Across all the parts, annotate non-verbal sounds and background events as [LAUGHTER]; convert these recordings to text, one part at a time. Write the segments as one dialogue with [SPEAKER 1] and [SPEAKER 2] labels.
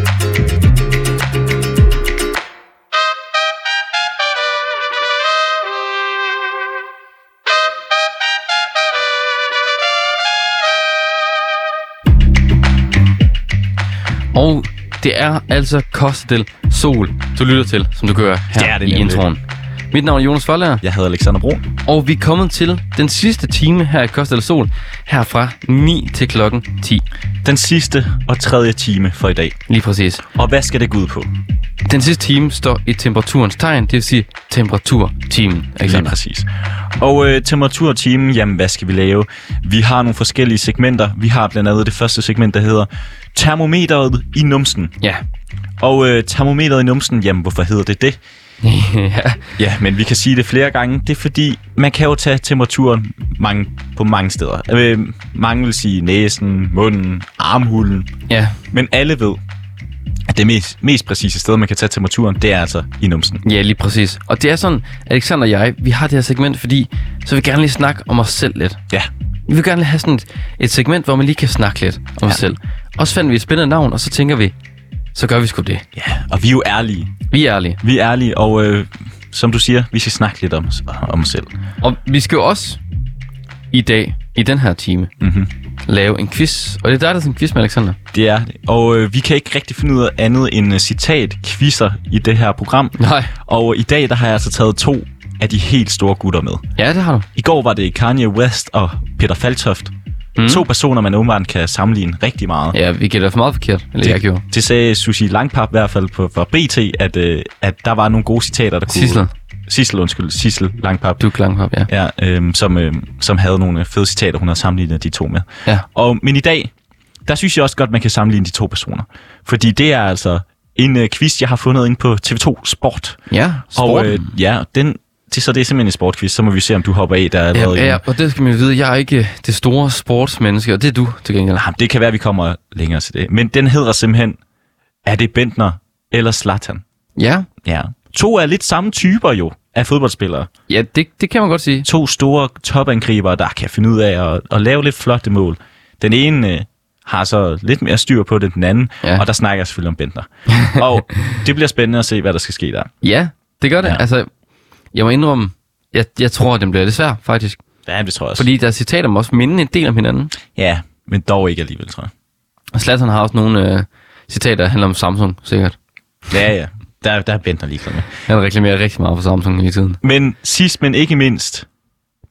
[SPEAKER 1] Og det er altså Costa del Sol, du lytter til, som du gør her
[SPEAKER 2] Det er
[SPEAKER 1] det
[SPEAKER 2] det
[SPEAKER 1] i
[SPEAKER 2] nemlig.
[SPEAKER 1] introen. Mit navn er Jonas Forlager,
[SPEAKER 2] Jeg hedder Alexander Bro.
[SPEAKER 1] og vi er kommet til den sidste time her i Costa del Sol, her fra 9 til klokken 10.
[SPEAKER 2] Den sidste og tredje time for i dag.
[SPEAKER 1] Lige præcis.
[SPEAKER 2] Og hvad skal det gå ud på?
[SPEAKER 1] Den sidste time står i temperaturens tegn, det vil sige temperaturtimen.
[SPEAKER 2] Lige
[SPEAKER 1] Alexander.
[SPEAKER 2] præcis. Og øh, temperatur og time, jamen hvad skal vi lave? Vi har nogle forskellige segmenter. Vi har blandt andet det første segment, der hedder Termometeret i numsen.
[SPEAKER 1] Ja. [LAUGHS]
[SPEAKER 2] Og øh, termometeret i numsen, jamen hvorfor hedder det det?
[SPEAKER 1] ja.
[SPEAKER 2] Ja, men vi kan sige det flere gange. Det er fordi, man kan jo tage temperaturen mange, på mange steder. Øh, mange vil sige næsen, munden, armhulen.
[SPEAKER 1] Ja.
[SPEAKER 2] Men alle ved, at det mest, mest præcise sted, man kan tage temperaturen, det er altså i numsen.
[SPEAKER 1] Ja, lige præcis. Og det er sådan, Alexander og jeg, vi har det her segment, fordi så vil vi gerne lige snakke om os selv lidt.
[SPEAKER 2] Ja,
[SPEAKER 1] Vi vil gerne lige have sådan et, et segment, hvor man lige kan snakke lidt om os selv. Og så fandt vi et spændende navn, og så tænker vi, så gør vi sgu det.
[SPEAKER 2] ja. Og vi er jo ærlige.
[SPEAKER 1] Vi er ærlige.
[SPEAKER 2] Vi er ærlige, og øh, som du siger, vi skal snakke lidt om, om os selv.
[SPEAKER 1] Og vi skal jo også i dag, i den her time,
[SPEAKER 2] Mhm.
[SPEAKER 1] lave en quiz. Og det er dig, der er en quiz med, Alexander.
[SPEAKER 2] Det er det. Og øh, vi kan ikke rigtig finde ud af andet end uh, citat quizzer i det her program.
[SPEAKER 1] Nej.
[SPEAKER 2] Og i dag, der har jeg altså taget to af de helt store gutter med.
[SPEAKER 1] Ja, det har du.
[SPEAKER 2] I går var det Kanye West og Peter Faltoft.
[SPEAKER 1] Mm.
[SPEAKER 2] Mm. To personer, man åbenbart kan sammenligne rigtig meget.
[SPEAKER 1] Ja, vi gætter for meget forkert. Eller jeg gjorde.
[SPEAKER 2] Det sagde Sushi Langpap i hvert fald på, fra BT, at, øh, at der var nogle gode citater, der kunne...
[SPEAKER 1] Sissel.
[SPEAKER 2] Sissel, undskyld. Sissel Langpap.
[SPEAKER 1] Du er klanghop, ja.
[SPEAKER 2] Ja, øhm, som, øhm, som havde nogle øh, fede citater, hun har sammenlignet de to med.
[SPEAKER 1] Ja.
[SPEAKER 2] Og, men i dag, der synes jeg også godt, man kan sammenligne de to personer. Fordi det er altså en øh, quiz, jeg har fundet ind på TV2 Sport.
[SPEAKER 1] Ja,
[SPEAKER 2] Og
[SPEAKER 1] sporten.
[SPEAKER 2] øh, ja, den, det, så det er simpelthen en sportquiz, så må vi se, om du hopper af, der er allerede
[SPEAKER 1] ja,
[SPEAKER 2] i
[SPEAKER 1] ja,
[SPEAKER 2] den.
[SPEAKER 1] og det skal man vide. Jeg er ikke øh, det store sportsmenneske, og det er du til gengæld.
[SPEAKER 2] Ah, Det kan være, vi kommer længere til det. Men den hedder simpelthen, er det Bentner eller Slatan?
[SPEAKER 1] Ja,
[SPEAKER 2] Ja. To er lidt samme typer jo af fodboldspillere.
[SPEAKER 1] ja det, det kan man godt sige.
[SPEAKER 2] To store topangribere, der kan finde ud af at, at lave lidt flotte mål. Den ene øh, har så lidt mere styr på det end den anden,
[SPEAKER 1] Ja.
[SPEAKER 2] ja. og der snakker jeg selvfølgelig om Bentner. [LAUGHS] og det bliver spændende at se, hvad der skal ske der.
[SPEAKER 1] Ja, det gør det. Ja.
[SPEAKER 2] Ja.
[SPEAKER 1] Altså, jeg må indrømme, jeg, jeg tror, at den bliver lidt svær, faktisk.
[SPEAKER 2] Ja, det tror jeg også.
[SPEAKER 1] Fordi deres citater må også minde en del om hinanden.
[SPEAKER 2] Ja, men dog ikke alligevel, tror jeg.
[SPEAKER 1] Og Zlatan har også nogle øh, citater, der handler om Samsung, sikkert.
[SPEAKER 2] Ja, ja. Der, der er Bentner ligeglad med.
[SPEAKER 1] Han reklamerer rigtig meget for Samsung hele tiden.
[SPEAKER 2] Men sidst, men ikke mindst,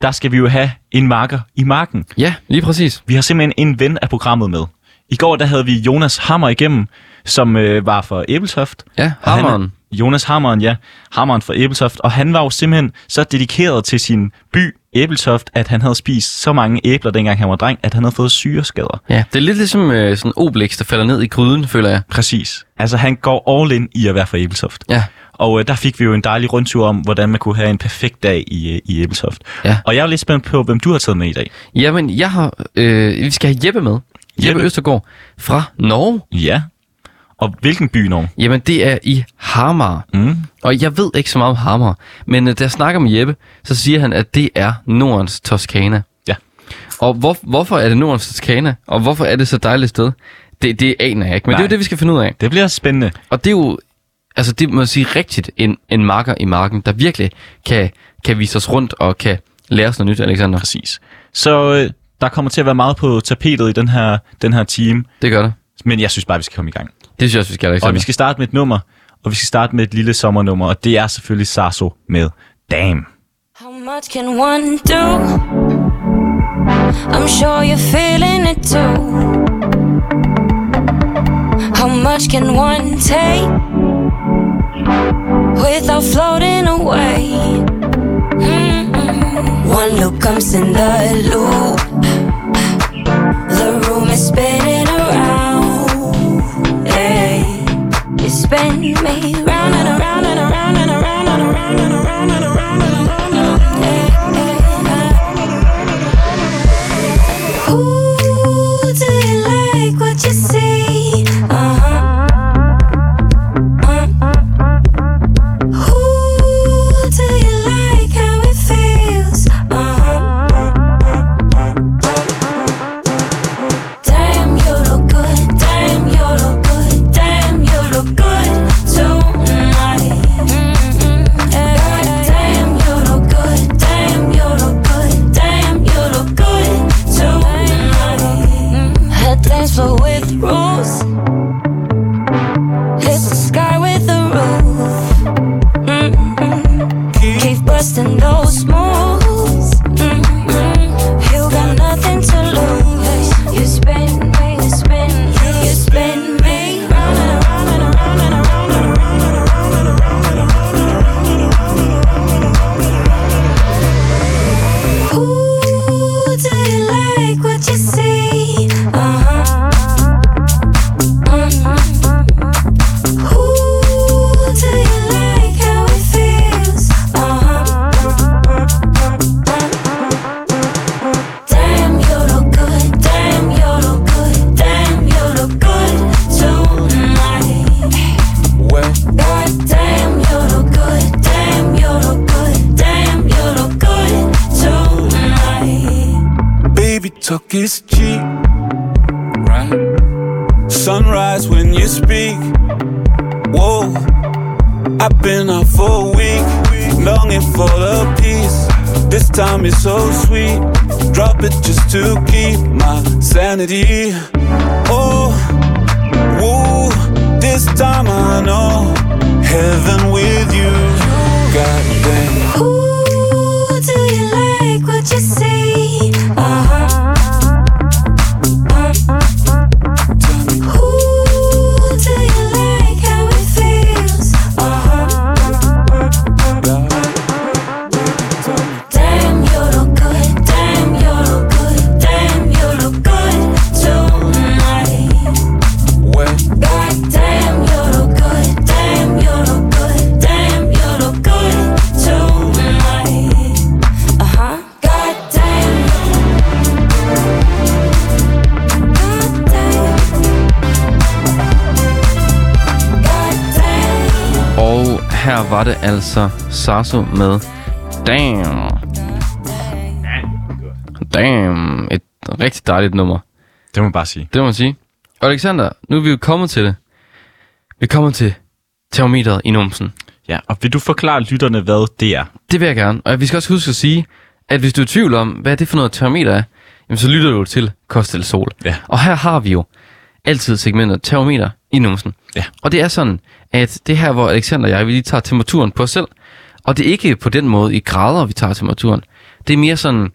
[SPEAKER 2] der skal vi jo have en marker i marken.
[SPEAKER 1] Ja, lige præcis.
[SPEAKER 2] Vi har simpelthen en ven af programmet med. I går der havde vi Jonas Hammer igennem, som øh, var fra Æbeltoft.
[SPEAKER 1] Ja,
[SPEAKER 2] Og han-
[SPEAKER 1] hammeren.
[SPEAKER 2] Jonas Hammeren, ja. Hammeren fra Æbeltoft. Og han var jo simpelthen så dedikeret til sin by Æbeltoft, at han havde spist så mange æbler, dengang han var dreng, at han havde fået syreskader.
[SPEAKER 1] Ja, det er lidt ligesom øh, sådan Obelix, der falder ned i gryden, føler jeg.
[SPEAKER 2] Præcis. Altså han går all in i at være fra Æbeltoft.
[SPEAKER 1] Ja,
[SPEAKER 2] Og øh, der fik vi jo en dejlig rundtur om, hvordan man kunne have en perfekt dag i, øh, i Æbeltoft.
[SPEAKER 1] Ja.
[SPEAKER 2] Og jeg er lidt spændt på, hvem du har taget med i dag.
[SPEAKER 1] Jamen, jeg har, øh, vi skal have Jeppe med. Jeppe, Jeppe
[SPEAKER 2] Jeppe.
[SPEAKER 1] Østergaard fra Norge.
[SPEAKER 2] Ja. Og hvilken by, Norge?
[SPEAKER 1] Jamen, det er i Hamar.
[SPEAKER 2] Mm.
[SPEAKER 1] Og jeg ved ikke så meget om Hamar, men øh, da jeg snakker med Jeppe, så siger han, at det er Nordens Toskana.
[SPEAKER 2] Ja.
[SPEAKER 1] Og hvor, hvorfor er det Nordens Toskana, og hvorfor er det så dejligt et sted? Det, det aner jeg ikke, men Nej. det er jo
[SPEAKER 2] Nej.
[SPEAKER 1] det, vi skal finde ud af.
[SPEAKER 2] Det bliver spændende.
[SPEAKER 1] Og det er jo, altså det må jeg sige rigtigt, en, en marker i marken, der virkelig kan, kan vise os rundt og kan lære os noget nyt, Alexander.
[SPEAKER 2] Præcis. Så øh, der kommer til at være meget på tapetet i den her, den her time,
[SPEAKER 1] Det gør det.
[SPEAKER 2] men jeg synes bare, vi skal komme i gang.
[SPEAKER 1] Det synes jeg også, vi skal,
[SPEAKER 2] Og
[SPEAKER 1] Alexander.
[SPEAKER 2] Altså, vi skal starte med et nummer, og vi skal starte med et lille sommernummer, og det er selvfølgelig Sasso med Damn.
[SPEAKER 3] How much can one do? I'm sure you're feeling it too. How much can one take without floating away? Mm-mm. One look comes in the loop. The room is spinning around. Hey, you spin me round and around and around and around and around and around and around. And around. Yeah, yeah, yeah. Uh-huh. Uh-huh. Mm-hmm. Uh-huh. Mm-hmm. Uh-huh.
[SPEAKER 4] took is cheap. Right? Sunrise when you speak. Whoa, I've been out for a week, longing for the peace. This time it's so sweet. Drop it just to keep my sanity. Oh, woo, this time I know heaven with you. God damn.
[SPEAKER 3] Ooh, do you like what you see? Uh-huh. Ooh, do you like how it feels? Uh-huh. Damn, you look good. Damn, you look good. Damn, you look good tonight.
[SPEAKER 4] Well,
[SPEAKER 3] God damn, you look good. Damn, you look good. Damn, you look good tonight. Uh huh. God damn. God damn. God damn.
[SPEAKER 1] Og her var det altså Sasso med Damn. Damn. Et rigtig dejligt nummer.
[SPEAKER 2] Det må man bare sige.
[SPEAKER 1] Det må man sige. Og Alexander, nu er vi jo kommet til det. Vi kommer til termometeret i numsen.
[SPEAKER 2] Ja, og vil du forklare lytterne, hvad det er?
[SPEAKER 1] Det vil jeg gerne. Og vi skal også huske at sige, at hvis du er i tvivl om, hvad det for noget termometer er, jamen så lytter du til Kost eller Sol.
[SPEAKER 2] Ja.
[SPEAKER 1] Og her har vi jo altid segmentet termometer i numsen.
[SPEAKER 2] Ja.
[SPEAKER 1] Og det er sådan, at det er her, hvor Alexander og jeg, vi lige tager temperaturen på os selv. Og det er ikke på den måde i grader, vi tager temperaturen. Det er mere sådan,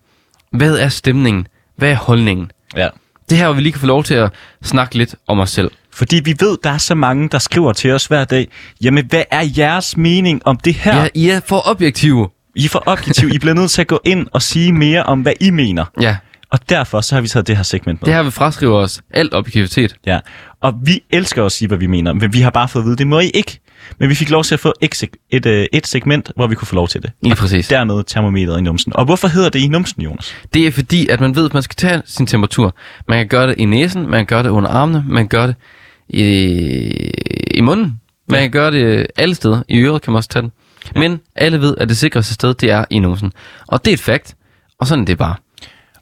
[SPEAKER 1] hvad er stemningen? Hvad er holdningen?
[SPEAKER 2] Ja.
[SPEAKER 1] Det er her, hvor vi lige kan få lov til at snakke lidt om os selv.
[SPEAKER 2] Fordi vi ved, der er så mange, der skriver til os hver dag, jamen hvad er jeres mening om det her?
[SPEAKER 1] Ja, ja I er for objektive.
[SPEAKER 2] I er for objektiv. I bliver nødt til at gå ind og sige mere om, hvad I mener.
[SPEAKER 1] Ja,
[SPEAKER 2] Og derfor så har vi taget det her segment med.
[SPEAKER 1] det her vil fraskrive os alt objektivitet.
[SPEAKER 2] Ja. Og vi elsker at sige, hvad vi mener, men vi har bare fået at vide, det må I ikke. Men vi fik lov til at få et, seg- et, øh, et segment, hvor vi kunne få lov til det.
[SPEAKER 1] Lige præcis.
[SPEAKER 2] Dermed termometeret i numsen. Og hvorfor hedder det i numsen, Jonas?
[SPEAKER 1] Det er fordi, at man ved, at man skal tage sin temperatur. Man kan gøre det i næsen, man kan gøre det under armene, man kan gøre det i, i munden. Man kan gøre det alle steder. I øret kan man også tage den. Men alle ved, at det sikreste sted, det er i numsen. Og det er et fakt, og sådan er det bare.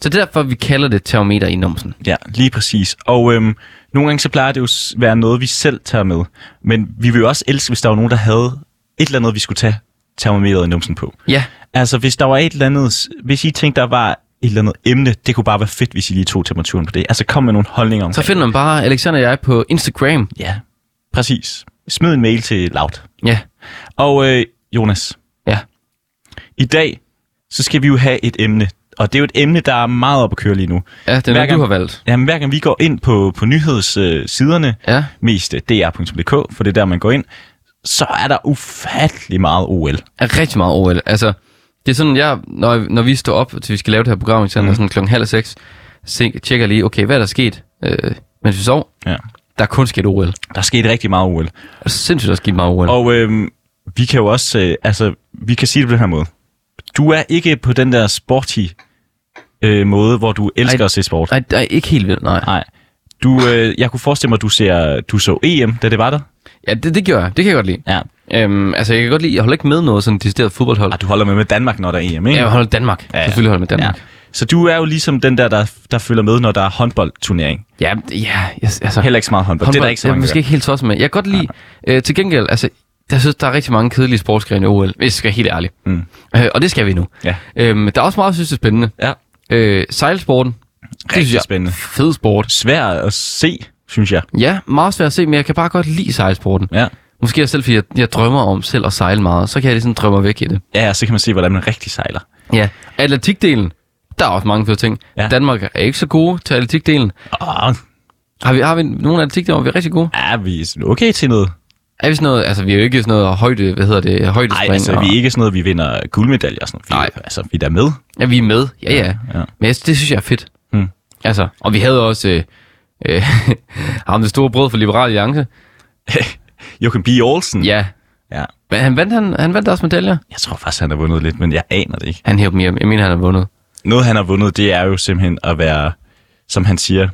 [SPEAKER 1] Så det er derfor, vi kalder det termometer i numsen.
[SPEAKER 2] Ja, lige præcis. Og øhm, nogle gange så plejer det jo at være noget, vi selv tager med. Men vi vil jo også elske, hvis der var nogen, der havde et eller andet, vi skulle tage termometeret i numsen på.
[SPEAKER 1] Ja,
[SPEAKER 2] Altså, hvis der var et eller andet... Hvis I tænkte, der var et eller andet emne, det kunne bare være fedt, hvis I lige tog temperaturen på det. Altså, kom med nogle holdninger om
[SPEAKER 1] så finder man bare Alexander og jeg på Instagram.
[SPEAKER 2] Ja, præcis. Smid en mail til Loud.
[SPEAKER 1] Ja,
[SPEAKER 2] Og øh, Jonas,
[SPEAKER 1] ja.
[SPEAKER 2] i dag, så skal vi jo have et emne. Og det er jo et emne, der er meget op at køre lige nu.
[SPEAKER 1] Ja, det er
[SPEAKER 2] Hver
[SPEAKER 1] noget, du
[SPEAKER 2] gang-
[SPEAKER 1] har valgt.
[SPEAKER 2] Jamen, hver gang vi går ind på, på nyhedssiderne, øh,
[SPEAKER 1] Ja.
[SPEAKER 2] ja. mest øh, dr.dk, for det er der, man går ind, så er der ufattelig meget OL.
[SPEAKER 1] er rigtig meget OL. Altså, det er sådan, jeg, når, når vi står op, til vi skal lave det her program, eksempel,
[SPEAKER 2] Mhm.
[SPEAKER 1] mm. sådan klokken halv seks, se- tjekker lige, okay, hvad er der sket, øh, mens vi sov?
[SPEAKER 2] Ja.
[SPEAKER 1] Der er kun sket OL. Der
[SPEAKER 2] Der er sket rigtig meget OL.
[SPEAKER 1] er sindssygt også sket meget OL. Og,
[SPEAKER 2] Og øh, vi kan jo også, øh, altså, vi kan sige det på den her måde. Du er ikke på den der sporty øh, måde, hvor du elsker
[SPEAKER 1] Ej.
[SPEAKER 2] at se sport.
[SPEAKER 1] nej, det er ikke helt vildt, nej.
[SPEAKER 2] Nej. Du, øh, jeg kunne forestille mig, at du, ser, du så EM, da det var der.
[SPEAKER 1] Ja, det, det gjorde jeg. Det kan jeg godt lide.
[SPEAKER 2] Ja.
[SPEAKER 1] Øhm, altså, jeg kan godt lide, jeg holder ikke med noget sådan decideret fodboldhold.
[SPEAKER 2] Og Ah, du holder med med Danmark, når der er EM, ikke?
[SPEAKER 1] Jeg holder Danmark. Ja,
[SPEAKER 2] ja.
[SPEAKER 1] ja. Selvfølgelig holder jeg med Danmark.
[SPEAKER 2] Så du er jo ligesom den der, der, der følger med, når der er håndboldturnering.
[SPEAKER 1] Ja, ja, ja yes, altså.
[SPEAKER 2] Heller ikke så meget håndbold.
[SPEAKER 1] Håndbold,
[SPEAKER 2] det er der ikke så
[SPEAKER 1] jeg er
[SPEAKER 2] mange,
[SPEAKER 1] måske
[SPEAKER 2] der
[SPEAKER 1] ikke helt tosset med. Jeg kan godt lide, øh, til gengæld, altså, jeg synes, der er rigtig mange kedelige sportsgrene i OL, hvis jeg skal være helt ærlig.
[SPEAKER 2] Mm.
[SPEAKER 1] Øh, og det skal vi nu.
[SPEAKER 2] Ja.
[SPEAKER 1] Øhm, der er også meget, jeg synes, det er spændende.
[SPEAKER 2] gør. Ja.
[SPEAKER 1] Øh, sejlsporten.
[SPEAKER 2] Rigtig spændende.
[SPEAKER 1] Fed sport.
[SPEAKER 2] Svær at se, synes jeg.
[SPEAKER 1] Ja, meget svært at se, men jeg kan bare godt lide sejlsporten.
[SPEAKER 2] Ja.
[SPEAKER 1] Måske jeg selv, fordi jeg, jeg drømmer om selv at sejle meget, så kan jeg ligesom drømme mig væk i det.
[SPEAKER 2] Ja, så kan man se, hvordan man rigtig sejler.
[SPEAKER 1] Ja. Atletikdelen. Der er også mange fede ting.
[SPEAKER 2] Ja.
[SPEAKER 1] Ja. Danmark er ikke så gode til atletikdelen.
[SPEAKER 2] Åh,
[SPEAKER 1] Har vi, har vi nogle atletikdelen, hvor vi er rigtig gode?
[SPEAKER 2] Ah, er vi sådan okay til noget?
[SPEAKER 1] Er vi sådan noget, altså vi er jo ikke sådan noget højde, hvad hedder det,
[SPEAKER 2] Nej,
[SPEAKER 1] højdespring.
[SPEAKER 2] altså,
[SPEAKER 1] og,
[SPEAKER 2] vi er ikke sådan noget, vi vinder guldmedaljer og sådan noget. Vi,
[SPEAKER 1] Nej.
[SPEAKER 2] altså, vi er der med.
[SPEAKER 1] Ja, vi er med. Ja, ja.
[SPEAKER 2] ja.
[SPEAKER 1] ja. Men jeg, det synes jeg er fedt.
[SPEAKER 2] Mm.
[SPEAKER 1] Altså, og vi havde også øh, øh, [LAUGHS] ham det store brød for Liberal Alliance.
[SPEAKER 2] Mm. Joachim B. Olsen.
[SPEAKER 1] Ja.
[SPEAKER 2] ja.
[SPEAKER 1] Men han vandt, han, han vandt også medaljer.
[SPEAKER 2] Jeg tror faktisk, han har vundet lidt, men jeg aner det ikke.
[SPEAKER 1] Han hævde mere. Jeg mener, han har vundet.
[SPEAKER 2] Noget, han har vundet, det er jo simpelthen at være, som han siger,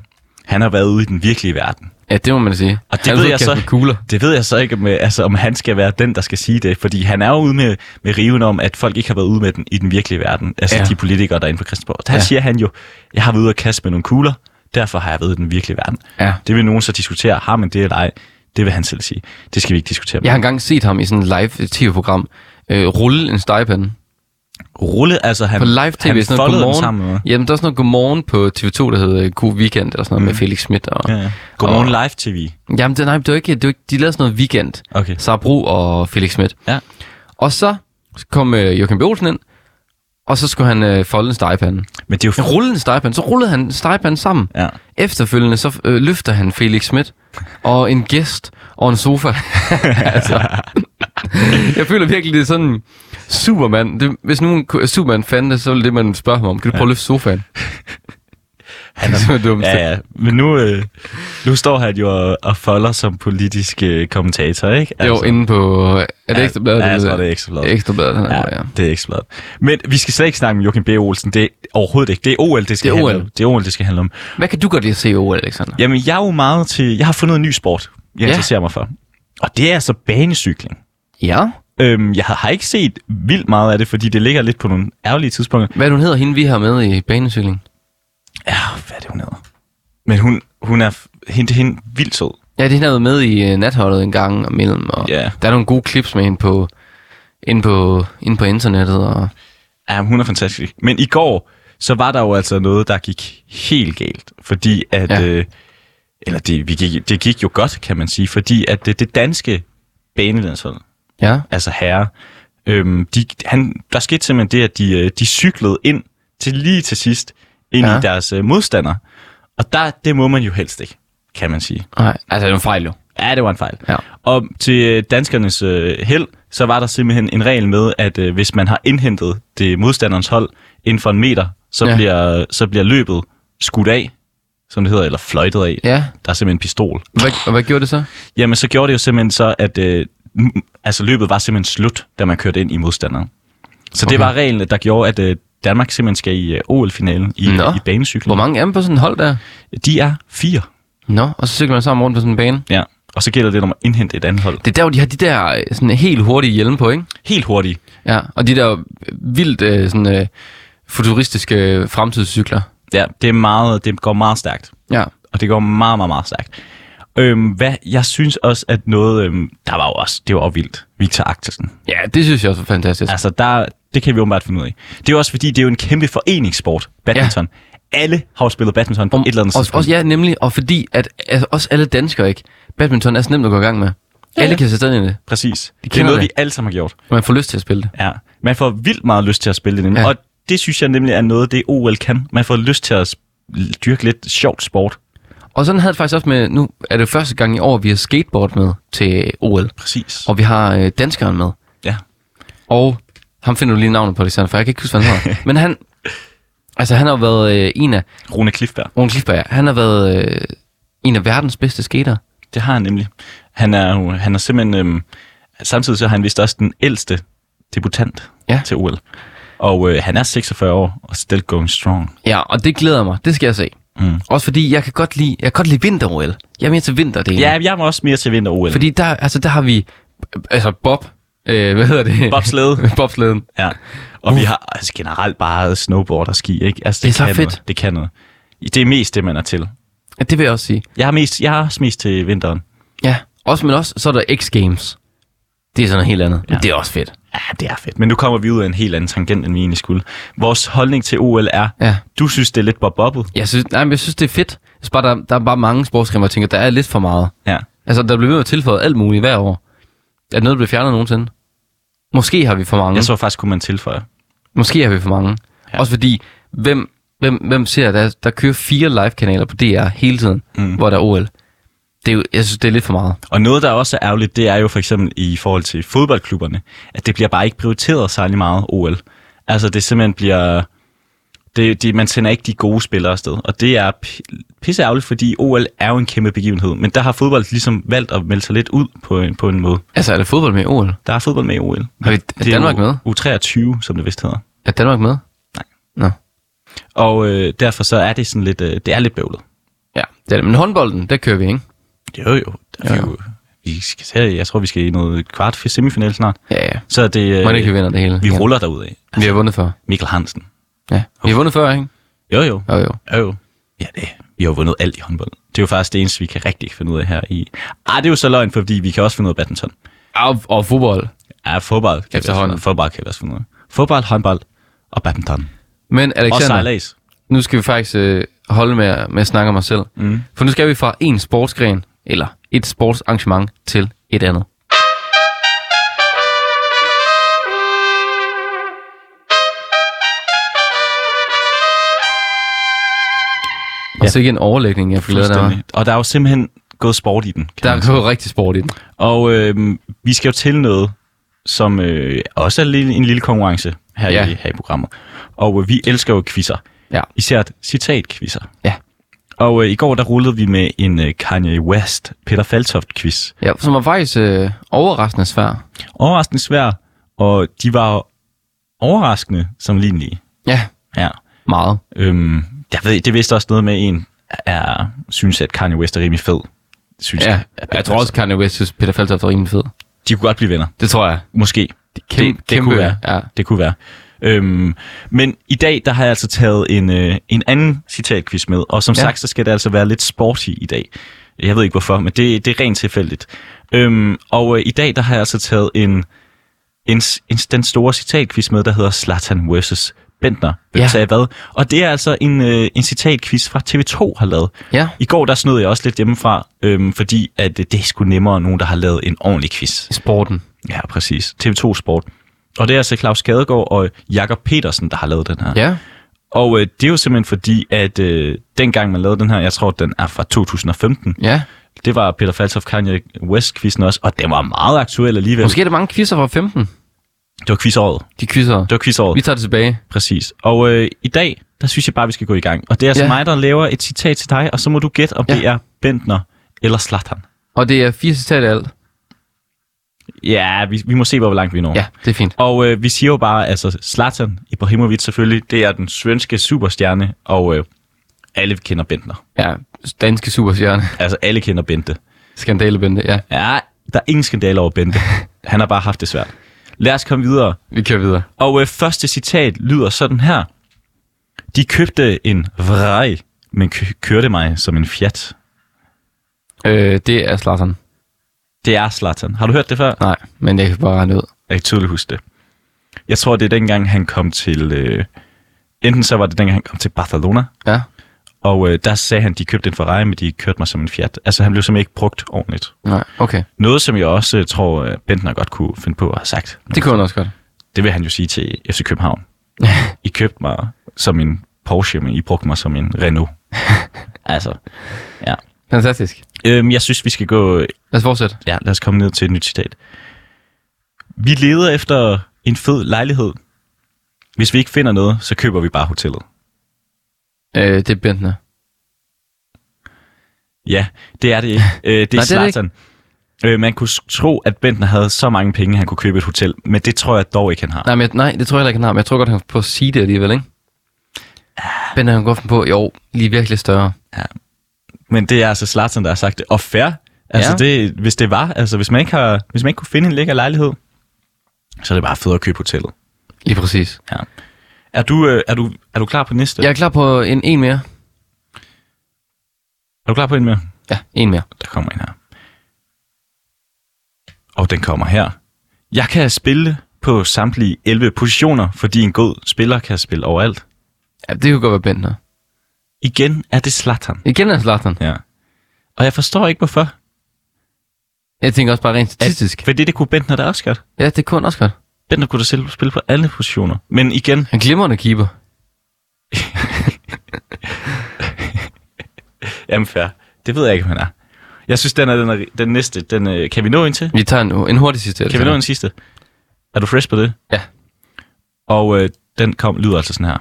[SPEAKER 2] han har været ude i den virkelige verden.
[SPEAKER 1] Ja, det må man sige.
[SPEAKER 2] Og det
[SPEAKER 1] Han er
[SPEAKER 2] ved
[SPEAKER 1] så
[SPEAKER 2] jeg
[SPEAKER 1] kastet
[SPEAKER 2] så-
[SPEAKER 1] med Kugler.
[SPEAKER 2] Det ved jeg så ikke, med, altså, om han skal være den, der skal sige det, fordi han er jo ude med, med riven om, at folk ikke har været ude med den i den virkelige verden, altså
[SPEAKER 1] Ja.
[SPEAKER 2] ja. de politikere, der er inde på Christiansborg. Der
[SPEAKER 1] Ja.
[SPEAKER 2] ja. siger han jo, jeg har været ude at kaste med nogle kugler, derfor har jeg været i den virkelige verden.
[SPEAKER 1] Ja.
[SPEAKER 2] Det vil nogen så diskutere, har man det eller ej, det vil han selv sige. Det skal vi ikke diskutere.
[SPEAKER 1] Jeg har engang set ham i sådan et live tv-program øh, rulle en stegepande.
[SPEAKER 2] Rulle, altså han,
[SPEAKER 1] På live tv,
[SPEAKER 2] han
[SPEAKER 1] sådan noget
[SPEAKER 2] foldede den
[SPEAKER 1] godmorgen.
[SPEAKER 2] sammen. Med.
[SPEAKER 1] Jamen, der er sådan noget godmorgen på TV2, der hedder God Weekend, eller sådan noget mm. med Felix Schmidt. Og,
[SPEAKER 2] Ja, ja. Godmorgen live tv.
[SPEAKER 1] Jamen, det, nej, det var ikke, det var ikke, de lavede sådan noget weekend.
[SPEAKER 2] Okay.
[SPEAKER 1] Sara Bro og Felix Schmidt.
[SPEAKER 2] Ja.
[SPEAKER 1] Og så kom øh, Joachim B. Olsen ind, og så skulle han øh, folde en stegepande.
[SPEAKER 2] Men det er jo...
[SPEAKER 1] Han rullede en stegepande, så rullede han stegepanden sammen.
[SPEAKER 2] Ja.
[SPEAKER 1] Efterfølgende så øh, løfter han Felix Schmidt og en gæst og en sofa. [LAUGHS] altså, jeg føler virkelig, det er sådan Superman. Det, hvis nu en ku- Superman fandt det, så ville det, man spørger ham om. Kan du prøve at løfte sofaen? Han er, det er så dumt.
[SPEAKER 2] Ja, ja. Men nu, øh, nu står han jo og, og folder som politisk øh, kommentator, ikke?
[SPEAKER 1] Jo, inde på... Er det
[SPEAKER 2] Altså. Ja,
[SPEAKER 1] ekstrabladet?
[SPEAKER 2] ja, jeg
[SPEAKER 1] eller-
[SPEAKER 2] tror, det er Ekstra Bladet.
[SPEAKER 1] Ekstrabladet, han er på, ja.
[SPEAKER 2] Ja, det er ikke så bladet. Men vi skal slet ikke snakke om Joachim B. Olsen. Det er overhovedet ikke. Det er OL, det skal
[SPEAKER 1] Det er
[SPEAKER 2] handle
[SPEAKER 1] OL.
[SPEAKER 2] om. Det er OL, det skal handle om.
[SPEAKER 1] Hvad kan du godt lide at se i OL, Alexander?
[SPEAKER 2] Jamen, jeg er jo meget til... Jeg har fundet en ny sport, jeg
[SPEAKER 1] Ja.
[SPEAKER 2] ja. interesserer mig for. Og det er altså banecykling.
[SPEAKER 1] Ja.
[SPEAKER 2] Øhm, jeg har- har ikke set vildt meget af det, fordi det ligger lidt på nogle ærgerlige tidspunkter.
[SPEAKER 1] Hvad er det, hun hedder hende, vi har med i banecykling?
[SPEAKER 2] Ja, hvad er det, hun hedder? Men hun, hun er f- hende, hende vildt sød.
[SPEAKER 1] Ja, det er hende, der har været med i uh, natholdet en gang og mellem, og
[SPEAKER 2] Ja.
[SPEAKER 1] der er nogle gode clips med hende på, inde på, inde på internettet. Og,
[SPEAKER 2] Ja, hun er fantastisk. Men i går, så var der jo altså noget, der gik helt galt. Fordi at...
[SPEAKER 1] Ja.
[SPEAKER 2] Ja. Øh, eller det, vi gik, det gik jo godt, kan man sige. Fordi at det, det danske banelandshold,
[SPEAKER 1] ja.
[SPEAKER 2] altså herre, øhm, de, han, der skete simpelthen det, at de, øh, de cyklede ind til lige til sidst, ind
[SPEAKER 1] Ja.
[SPEAKER 2] ja. i deres øh, modstandere. Og der, det må man jo helst ikke, kan man sige.
[SPEAKER 1] Nej, altså det er en fejl jo.
[SPEAKER 2] Ja, det var en fejl.
[SPEAKER 1] Ja.
[SPEAKER 2] Og til øh, danskernes øh, held, så var der simpelthen en regel med, at øh, hvis man har indhentet det modstanderens hold inden for en meter, så,
[SPEAKER 1] Ja.
[SPEAKER 2] ja. bliver, så bliver løbet skudt af, som det hedder, eller fløjtet af.
[SPEAKER 1] Ja.
[SPEAKER 2] Der er simpelthen en pistol.
[SPEAKER 1] Hvad, og hvad gjorde det så?
[SPEAKER 2] Jamen, så gjorde det jo simpelthen så, at øh, m- altså, løbet var simpelthen slut, da man kørte ind i modstanderen. Så okay.
[SPEAKER 1] Okay.
[SPEAKER 2] det var reglen, der gjorde, at øh, Danmark simpelthen skal i øh, OL-finalen i,
[SPEAKER 1] Nå.
[SPEAKER 2] i banecykling.
[SPEAKER 1] Hvor mange er man på sådan en hold der?
[SPEAKER 2] De er fire.
[SPEAKER 1] Nå, og så cykler man sammen rundt på sådan en bane.
[SPEAKER 2] Ja. Og så gælder det om at indhente et andet hold.
[SPEAKER 1] Det er der, hvor de har de der øh, sådan helt hurtige hjelme på, ikke?
[SPEAKER 2] Helt hurtigt.
[SPEAKER 1] Ja, og de der vildt øh, sådan, øh, futuristiske øh, fremtidscykler.
[SPEAKER 2] Ja, det, er meget, det går meget stærkt.
[SPEAKER 1] Ja.
[SPEAKER 2] Og det går meget, meget, meget stærkt. Øhm, hvad, jeg synes også, at noget... Øhm, der var jo også... Det var jo vildt. Victor Axelsen.
[SPEAKER 1] ja, det synes jeg også var fantastisk.
[SPEAKER 2] Altså, der, det kan vi åbenbart finde ud af. Det er jo også, fordi det er jo en kæmpe foreningssport, badminton. Ja. Alle har jo spillet badminton på et eller andet
[SPEAKER 1] også, også, ja, nemlig, og fordi at altså, også alle danskere, ikke? Badminton er så nemt at gå i gang med. Ja, alle kan sætte sig ind i det.
[SPEAKER 2] Præcis.
[SPEAKER 1] De
[SPEAKER 2] De det er
[SPEAKER 1] kender
[SPEAKER 2] noget,
[SPEAKER 1] det.
[SPEAKER 2] det. vi alle sammen har gjort.
[SPEAKER 1] og Man får lyst til at spille det.
[SPEAKER 2] Ja. Man får vildt meget lyst til at spille det nemlig.
[SPEAKER 1] Ja.
[SPEAKER 2] Ja. Og det synes jeg nemlig er noget, det OL kan. Man får lyst til at sp- dyrke lidt sjovt sport.
[SPEAKER 1] Og sådan havde det faktisk også med, nu er det første gang i år, vi har skateboard med til OL.
[SPEAKER 2] Præcis. Og,
[SPEAKER 1] Og vi har øh, danskeren med.
[SPEAKER 2] ja.
[SPEAKER 1] Og ham finder du lige navnet på, Alexander, for jeg kan ikke huske, hvad han
[SPEAKER 2] [LAUGHS]
[SPEAKER 1] hedder. Men han, altså han har jo været øh, en af,
[SPEAKER 2] Rune Klifberg.
[SPEAKER 1] Rune Klifberg, han har været øh, en af verdens bedste skater.
[SPEAKER 2] Det har han nemlig. Han er jo han er simpelthen... Øhm, samtidig så er han vist også den ældste debutant
[SPEAKER 1] Ja.
[SPEAKER 2] ja. til OL. Og øh, han er 46 år og still going strong.
[SPEAKER 1] Ja, og det glæder mig. Det skal jeg se. Mm. Også fordi jeg kan godt lide, jeg kan godt lide vinter-OL. Jeg er mere til vinterdelen.
[SPEAKER 2] Ja, jeg var også mere til vinter-OL.
[SPEAKER 1] Fordi der, altså, der har vi, altså Bob, øh, hvad hedder det? [LAUGHS]
[SPEAKER 2] Bobslæde.
[SPEAKER 1] Bobsleden.
[SPEAKER 2] Ja. Og vi har altså, generelt bare snowboard og ski, ikke? Altså,
[SPEAKER 1] Uh. Det er så
[SPEAKER 2] kan
[SPEAKER 1] fedt.
[SPEAKER 2] Noget. Det kan noget. Det er mest det, man er til.
[SPEAKER 1] Ja, det vil jeg også sige.
[SPEAKER 2] Jeg har mest, jeg har også mest til vinteren.
[SPEAKER 1] Ja, også, men også, så er der X-Games. Det er sådan noget helt andet. Ja.
[SPEAKER 2] Ja.
[SPEAKER 1] Det er også fedt.
[SPEAKER 2] Ja, det er fedt. Men nu kommer vi ud af en helt anden tangent, end vi egentlig skulle. Vores holdning til OL er,
[SPEAKER 1] Ja.
[SPEAKER 2] du synes, det er lidt bob
[SPEAKER 1] Jeg synes, nej, men jeg synes, det er fedt. Jeg synes bare, der, der er bare mange sportsgremer, jeg tænker, der er lidt for meget.
[SPEAKER 2] Ja.
[SPEAKER 1] Altså, der bliver ved med at tilføje alt muligt hver år. Er noget, der bliver fjernet nogensinde? Måske har vi for mange.
[SPEAKER 2] Jeg tror faktisk, kunne man tilføje.
[SPEAKER 1] Måske har vi for mange. Ja.
[SPEAKER 2] Ja.
[SPEAKER 1] Også fordi, hvem, hvem, hvem ser, der, der kører fire live-kanaler på DR hele tiden, mm. hvor der er OL. Det er jo, jeg synes, det er lidt for meget.
[SPEAKER 2] Og noget, der også er ærgerligt, det er jo for eksempel i forhold til fodboldklubberne, at det bliver bare ikke prioriteret særlig meget, OL. Altså, det simpelthen bliver... Det, det, man sender ikke de gode spillere afsted, og det er p- pisse ærgerligt, fordi OL er jo en kæmpe begivenhed, men der har fodbold ligesom valgt at melde sig lidt ud på en, på en måde.
[SPEAKER 1] Altså, er der fodbold med i OL?
[SPEAKER 2] Der er fodbold med i OL.
[SPEAKER 1] Har vi er
[SPEAKER 2] Det er
[SPEAKER 1] Danmark
[SPEAKER 2] jo
[SPEAKER 1] med?
[SPEAKER 2] U23, som det vist hedder.
[SPEAKER 1] Er Danmark med?
[SPEAKER 2] Nej.
[SPEAKER 1] Nå.
[SPEAKER 2] Og øh, derfor så er det sådan lidt, øh, det er lidt bøvlet.
[SPEAKER 1] Ja, det er det. Men håndbolden, der kører vi, ikke?
[SPEAKER 2] Jo, jo. Der er
[SPEAKER 1] Jo,
[SPEAKER 2] jo. Vi skal, til- jeg tror, vi skal i noget kvart semifinal snart.
[SPEAKER 1] Ja, ja.
[SPEAKER 2] Så er det, øh,
[SPEAKER 1] Må det ikke, vi vinder det hele?
[SPEAKER 2] vi
[SPEAKER 1] Ja.
[SPEAKER 2] ruller derud af.
[SPEAKER 1] Vi har vundet før.
[SPEAKER 2] Mikkel Hansen.
[SPEAKER 1] Ja. Vi har vundet før, ikke?
[SPEAKER 2] Jo, jo.
[SPEAKER 1] Jo, jo.
[SPEAKER 2] Jo, jo. Ja, det. Vi har jo vundet alt i håndbold. Det er jo faktisk det eneste, vi kan rigtig finde ud af her i... Ah, det er jo så løgn, fordi vi kan også finde ud af badminton.
[SPEAKER 1] Og, og fodbold.
[SPEAKER 2] Ja, fodbold kan, vi også, finde ud
[SPEAKER 1] Efterhånden.
[SPEAKER 2] af. fodbold kan vi også finde ud af. Fodbold, håndbold og badminton.
[SPEAKER 1] Men
[SPEAKER 2] Og
[SPEAKER 1] Alexander,
[SPEAKER 2] sejlads.
[SPEAKER 1] nu skal vi faktisk øh, holde med, at- med at snakke om os selv. Mm. For nu skal vi fra en sportsgren, eller et sportsarrangement, til et andet. Ja. Og så igen overlægning, jeg fik lavet der.
[SPEAKER 2] Fuldstændig. Og der er jo simpelthen gået sport i den. Kan
[SPEAKER 1] Der
[SPEAKER 2] man
[SPEAKER 1] er gået rigtig sport i den.
[SPEAKER 2] Og øh, vi skal jo til noget, som øh, også er lille- en lille konkurrence her, ja.
[SPEAKER 1] Ja.
[SPEAKER 2] i, her i programmet. Og øh, vi elsker jo quizzer.
[SPEAKER 1] Ja.
[SPEAKER 2] Især citat-quizzer.
[SPEAKER 1] Ja.
[SPEAKER 2] Og øh, i går der rullede vi med en øh, Kanye West Peter Faltoft-quiz.
[SPEAKER 1] ja, som var faktisk øh, overraskende svær.
[SPEAKER 2] Overraskende svær, og de var overraskende sammenlignelige.
[SPEAKER 1] Ja,
[SPEAKER 2] Ja.
[SPEAKER 1] meget.
[SPEAKER 2] Øhm, jeg ved, det vidste også noget med en, er, synes at Kanye West er rimelig fed. Synes
[SPEAKER 1] Ja,
[SPEAKER 2] at Peter
[SPEAKER 1] jeg tror også, Kanye West synes, Peter Faltoft er rimelig fed.
[SPEAKER 2] Faltoft- De kunne godt blive venner.
[SPEAKER 1] Det tror jeg.
[SPEAKER 2] Måske. Det,
[SPEAKER 1] kæmpe-
[SPEAKER 2] det, det kunne
[SPEAKER 1] kæmpe,
[SPEAKER 2] være.
[SPEAKER 1] ja.
[SPEAKER 2] Det kunne være. Øhm, men i dag, der har jeg altså taget en, øh, en anden citatquiz med, og som ja.
[SPEAKER 1] Ja.
[SPEAKER 2] sagt, så skal det altså være lidt sporty i dag. Jeg ved ikke hvorfor, men det, det er rent tilfældigt. Øhm, og øh, i dag, der har jeg altså taget en, en, s- en, s- den store citatquiz med, der hedder Slatan vs. Bentner. Hvem
[SPEAKER 1] Ja.
[SPEAKER 2] sagde hvad? Og det er altså en, øh, en citatquiz fra TV2 har lavet.
[SPEAKER 1] Ja.
[SPEAKER 2] I går, der snød jeg også lidt hjemmefra, øhm, fordi at, øh, det er sgu nemmere end nogen, der har lavet en ordentlig quiz.
[SPEAKER 1] I sporten.
[SPEAKER 2] Ja, præcis. TV2 Sport. Og det er altså Claus Skadegaard og Jakob Petersen, der har lavet den her.
[SPEAKER 1] Ja.
[SPEAKER 2] Og øh, det er jo simpelthen fordi, at øh, dengang man lavede den her, jeg tror, den er fra 2015,
[SPEAKER 1] Ja.
[SPEAKER 2] det var Peter Falsoff Kanye West-quizzen også, og den var meget aktuel alligevel.
[SPEAKER 1] Måske er der mange quizzer fra 15,
[SPEAKER 2] Det var quizåret.
[SPEAKER 1] de quizzer.
[SPEAKER 2] Det var quizåret.
[SPEAKER 1] Vi tager det tilbage.
[SPEAKER 2] Præcis. Og øh, i dag, der synes jeg bare, vi skal gå i gang. Og det er altså
[SPEAKER 1] Ja.
[SPEAKER 2] mig, der laver et citat til dig, og så må du gætte, om
[SPEAKER 1] Ja.
[SPEAKER 2] det er Bentner eller Slatan.
[SPEAKER 1] Og det er fire citater i alt.
[SPEAKER 2] Ja, vi, vi må se, hvor langt vi når.
[SPEAKER 1] Ja, det er fint.
[SPEAKER 2] Og øh, vi siger jo bare, altså Zlatan Ibrahimovic selvfølgelig, det er den svenske superstjerne, og øh, alle kender Bentner.
[SPEAKER 1] Ja, danske superstjerne.
[SPEAKER 2] Altså alle kender Bente.
[SPEAKER 1] [LAUGHS] Skandalebente, ja.
[SPEAKER 2] Ja, der er ingen skandal over Bente. Han har bare haft det svært. Lad os komme videre.
[SPEAKER 1] Vi kører videre.
[SPEAKER 2] Og øh, første citat lyder sådan her. De købte en vrej, men kø- kørte mig som en Fiat.
[SPEAKER 1] Øh, det er Zlatan.
[SPEAKER 2] Det er Zlatan. Har du hørt det før?
[SPEAKER 1] Nej, men jeg kan bare regne ud.
[SPEAKER 2] Jeg kan tydeligt huske det. Jeg tror, det er dengang, han kom til... Øh, enten så var det dengang, han kom til Barcelona,
[SPEAKER 1] Ja.
[SPEAKER 2] Og øh, der sagde han, de købte en Ferrari, men de kørte mig som en Fiat. Altså, han blev simpelthen ikke brugt ordentligt.
[SPEAKER 1] Nej, okay.
[SPEAKER 2] Noget, som jeg også øh, tror, øh, Bentner godt kunne finde på at have sagt.
[SPEAKER 1] Det kunne han også godt.
[SPEAKER 2] Det vil han jo sige til FC København. I købte mig som en Porsche, men I brugte mig som en Renault. altså, ja.
[SPEAKER 1] Fantastisk.
[SPEAKER 2] Øhm, jeg synes, vi skal gå...
[SPEAKER 1] Lad os fortsætte.
[SPEAKER 2] Ja, lad os komme ned til et nyt citat. Vi leder efter en fed lejlighed. Hvis vi ikke finder noget, så køber vi bare hotellet.
[SPEAKER 1] Øh, det er Bentner.
[SPEAKER 2] Ja, det er det [LAUGHS] ikke. Øh, det er
[SPEAKER 1] det er det
[SPEAKER 2] Zlatan. Øh, man kunne s- tro, at Bentner havde så mange penge, at han kunne købe et hotel, men det tror jeg dog ikke, han har.
[SPEAKER 1] Nej, men jeg, nej, det tror jeg heller ikke, han har, men jeg tror godt, han får på at sige det alligevel, ikke? Bentner han går på, jo, lige virkelig større.
[SPEAKER 2] Men det er altså Zlatan, der har sagt det. Og fair, altså
[SPEAKER 1] Ja.
[SPEAKER 2] det, hvis det var, altså hvis man, ikke har, hvis man ikke kunne finde en lækker lejlighed, så er det bare fedt at købe hotellet.
[SPEAKER 1] Lige præcis.
[SPEAKER 2] Ja. Er, du, øh, er, du, er du klar på næste?
[SPEAKER 1] Jeg er klar på en, en mere.
[SPEAKER 2] Er du klar på en mere?
[SPEAKER 1] Ja, en mere.
[SPEAKER 2] Der kommer en her. Og den kommer her. Jeg kan spille på samtlige 11 positioner, fordi en god spiller kan spille overalt.
[SPEAKER 1] Ja, det kunne godt være Bentner.
[SPEAKER 2] Igen er det Zlatan.
[SPEAKER 1] Igen er Zlatan.
[SPEAKER 2] Ja. Og jeg forstår ikke, hvorfor.
[SPEAKER 1] Jeg tænker også bare rent statistisk.
[SPEAKER 2] For det, det kunne Bentner da også godt.
[SPEAKER 1] Ja, det kunne han også godt.
[SPEAKER 2] Bentner kunne da selv spille på alle positioner. Men igen,
[SPEAKER 1] Han glimrende keeper.
[SPEAKER 2] jamen fair. Det ved jeg ikke, om han er. Jeg synes, den er den, er, den næste. Den, øh, kan vi nå ind til?
[SPEAKER 1] Vi tager en, en hurtig sidste.
[SPEAKER 2] Kan vi nå en sidste? Er du frisk på det?
[SPEAKER 1] Ja.
[SPEAKER 2] Og øh, den kom, lyder altså sådan her.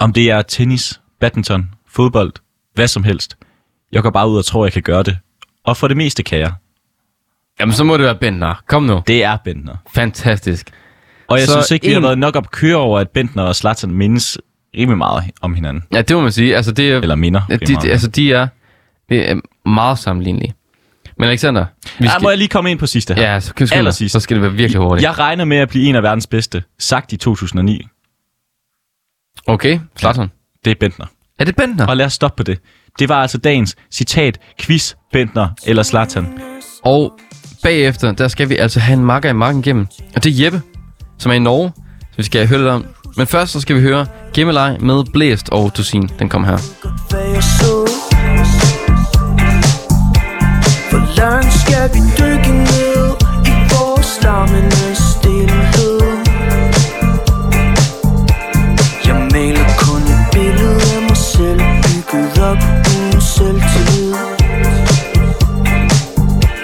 [SPEAKER 2] Om det er tennis, badminton, fodbold, hvad som helst. Jeg går bare ud og tror, jeg kan gøre det. Og for det meste kan jeg.
[SPEAKER 1] Jamen, så må det være Bentner. Kom nu.
[SPEAKER 2] Det er Bentner.
[SPEAKER 1] Fantastisk.
[SPEAKER 2] Og jeg så
[SPEAKER 1] Så
[SPEAKER 2] synes ikke, vi har
[SPEAKER 1] en-
[SPEAKER 2] været nok op køre over, at Bentner og Slatsen mindes rimelig meget om hinanden.
[SPEAKER 1] Ja, det må man sige. Altså, det er,
[SPEAKER 2] Eller minder.
[SPEAKER 1] Ja, de, de, altså, de er, det er meget sammenlignelige. Men Alexander, vi
[SPEAKER 2] ja, må jeg lige komme ind på sidste her?
[SPEAKER 1] ja, så, kan vi
[SPEAKER 2] Allersidst.
[SPEAKER 1] så skal det være virkelig hurtigt.
[SPEAKER 2] Jeg regner med at blive en af verdens bedste, sagt i 2009.
[SPEAKER 1] Okay, Slatton.
[SPEAKER 2] Det er Bentner.
[SPEAKER 1] Er det Bentner?
[SPEAKER 2] Og lad os stoppe på det. Det var altså dagens citat, quiz, Bentner eller Slatan.
[SPEAKER 1] Og bagefter, der skal vi altså have en makker i marken igennem. Og det er Jeppe, som er i Norge, som vi skal høre lidt om. Men først så skal vi høre Gemmelej med Blæst og Dusin. Den kom her.
[SPEAKER 5] være så Hvor langt skal vi dykke ned I vores larmende stillhed Jeg maler kun et billede af mig selv Bygget op uden selvtillid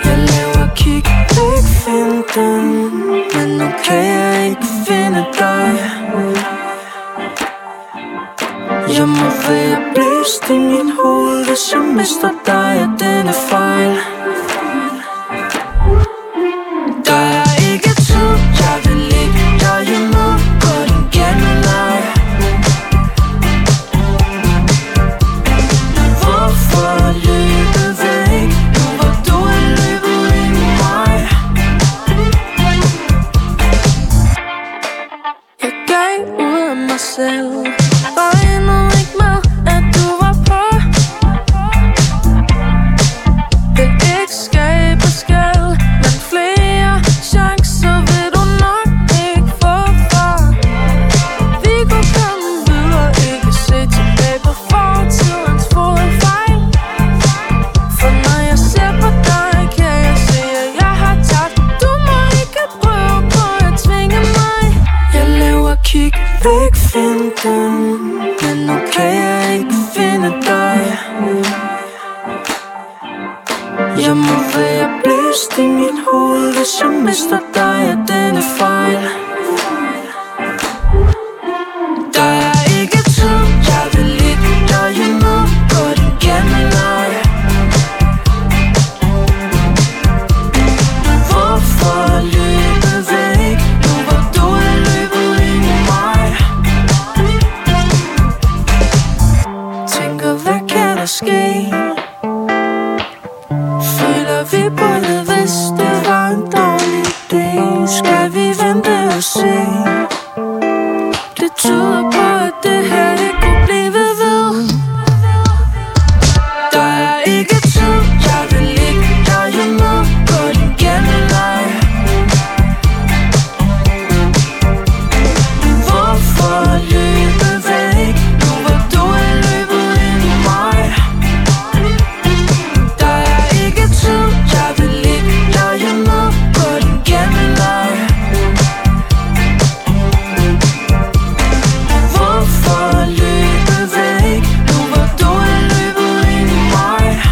[SPEAKER 5] Jeg laver kig, ikke finde den Men nu kan jeg ikke finde dig jeg må være blæst i mit hoved, hvis jeg mister dig og denne fejl Der er ikke tid, jeg vil ligge derhjemme på din genvej Hvorfor løbe væk, nu hvor du er løbet ind i mig?
[SPEAKER 6] Jeg gav ud af mig selv Regnede ikke med, at du var på Vil ikke skabe skæld Men flere chancer vil du nok ikke få fra Vi kunne komme videre, ikke se tilbage på fortidens fodfejl For når jeg ser på dig, kan jeg se, at jeg har tabt Du må ikke prøve på at tvinge mig
[SPEAKER 5] Jeg laver kig, vil ikke finde den Men nu kan jeg ikke finde dig Jeg må være blæst i mit hoved Hvis jeg mister dig og denne fejl Der er ikke tid, jeg vil ligge derhjemme på din genvej Hvorfor løbe væk, nu hvor du er løbet ind i mig? Tænker, hvad kan der ske? Føler vi på det, hvis det var en dårlig idé? Skal vi vente og se? Det tyder på, at det her det kunne blive ved der er ikke tid, jeg vil ligge derhjemme på din genvej Hvorfor løbe væk, nu hvor du er løbet ind i mig? Der er ikke tid, jeg vil ligge derhjemme på din genvej Hvorfor løbe væk, nu hvor du er løbet ind i mig?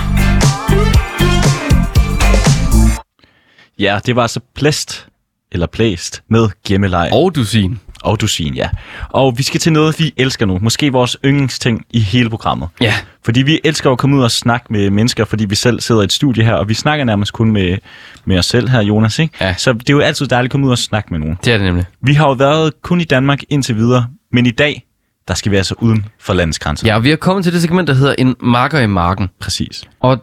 [SPEAKER 2] Ja, det var altså Plæst eller Blæst med Gemmeleje og,
[SPEAKER 1] Og Dusin.
[SPEAKER 2] og Dusin, ja. Og vi skal til noget, vi elsker nu. Måske vores yndlingsting i hele programmet.
[SPEAKER 1] Ja.
[SPEAKER 2] Fordi vi elsker at komme ud og snakke med mennesker, fordi vi selv sidder i et studie her, og vi snakker nærmest kun med, med os selv her, Jonas, ikke?
[SPEAKER 1] Ja.
[SPEAKER 2] Så det er jo altid dejligt at komme ud og snakke med nogen.
[SPEAKER 1] Det er det nemlig.
[SPEAKER 2] Vi har jo været kun i Danmark indtil videre, men i dag, der skal vi altså uden for landets grænser.
[SPEAKER 1] Ja, og vi er kommet til det segment, der hedder En marker i marken.
[SPEAKER 2] Præcis.
[SPEAKER 1] Og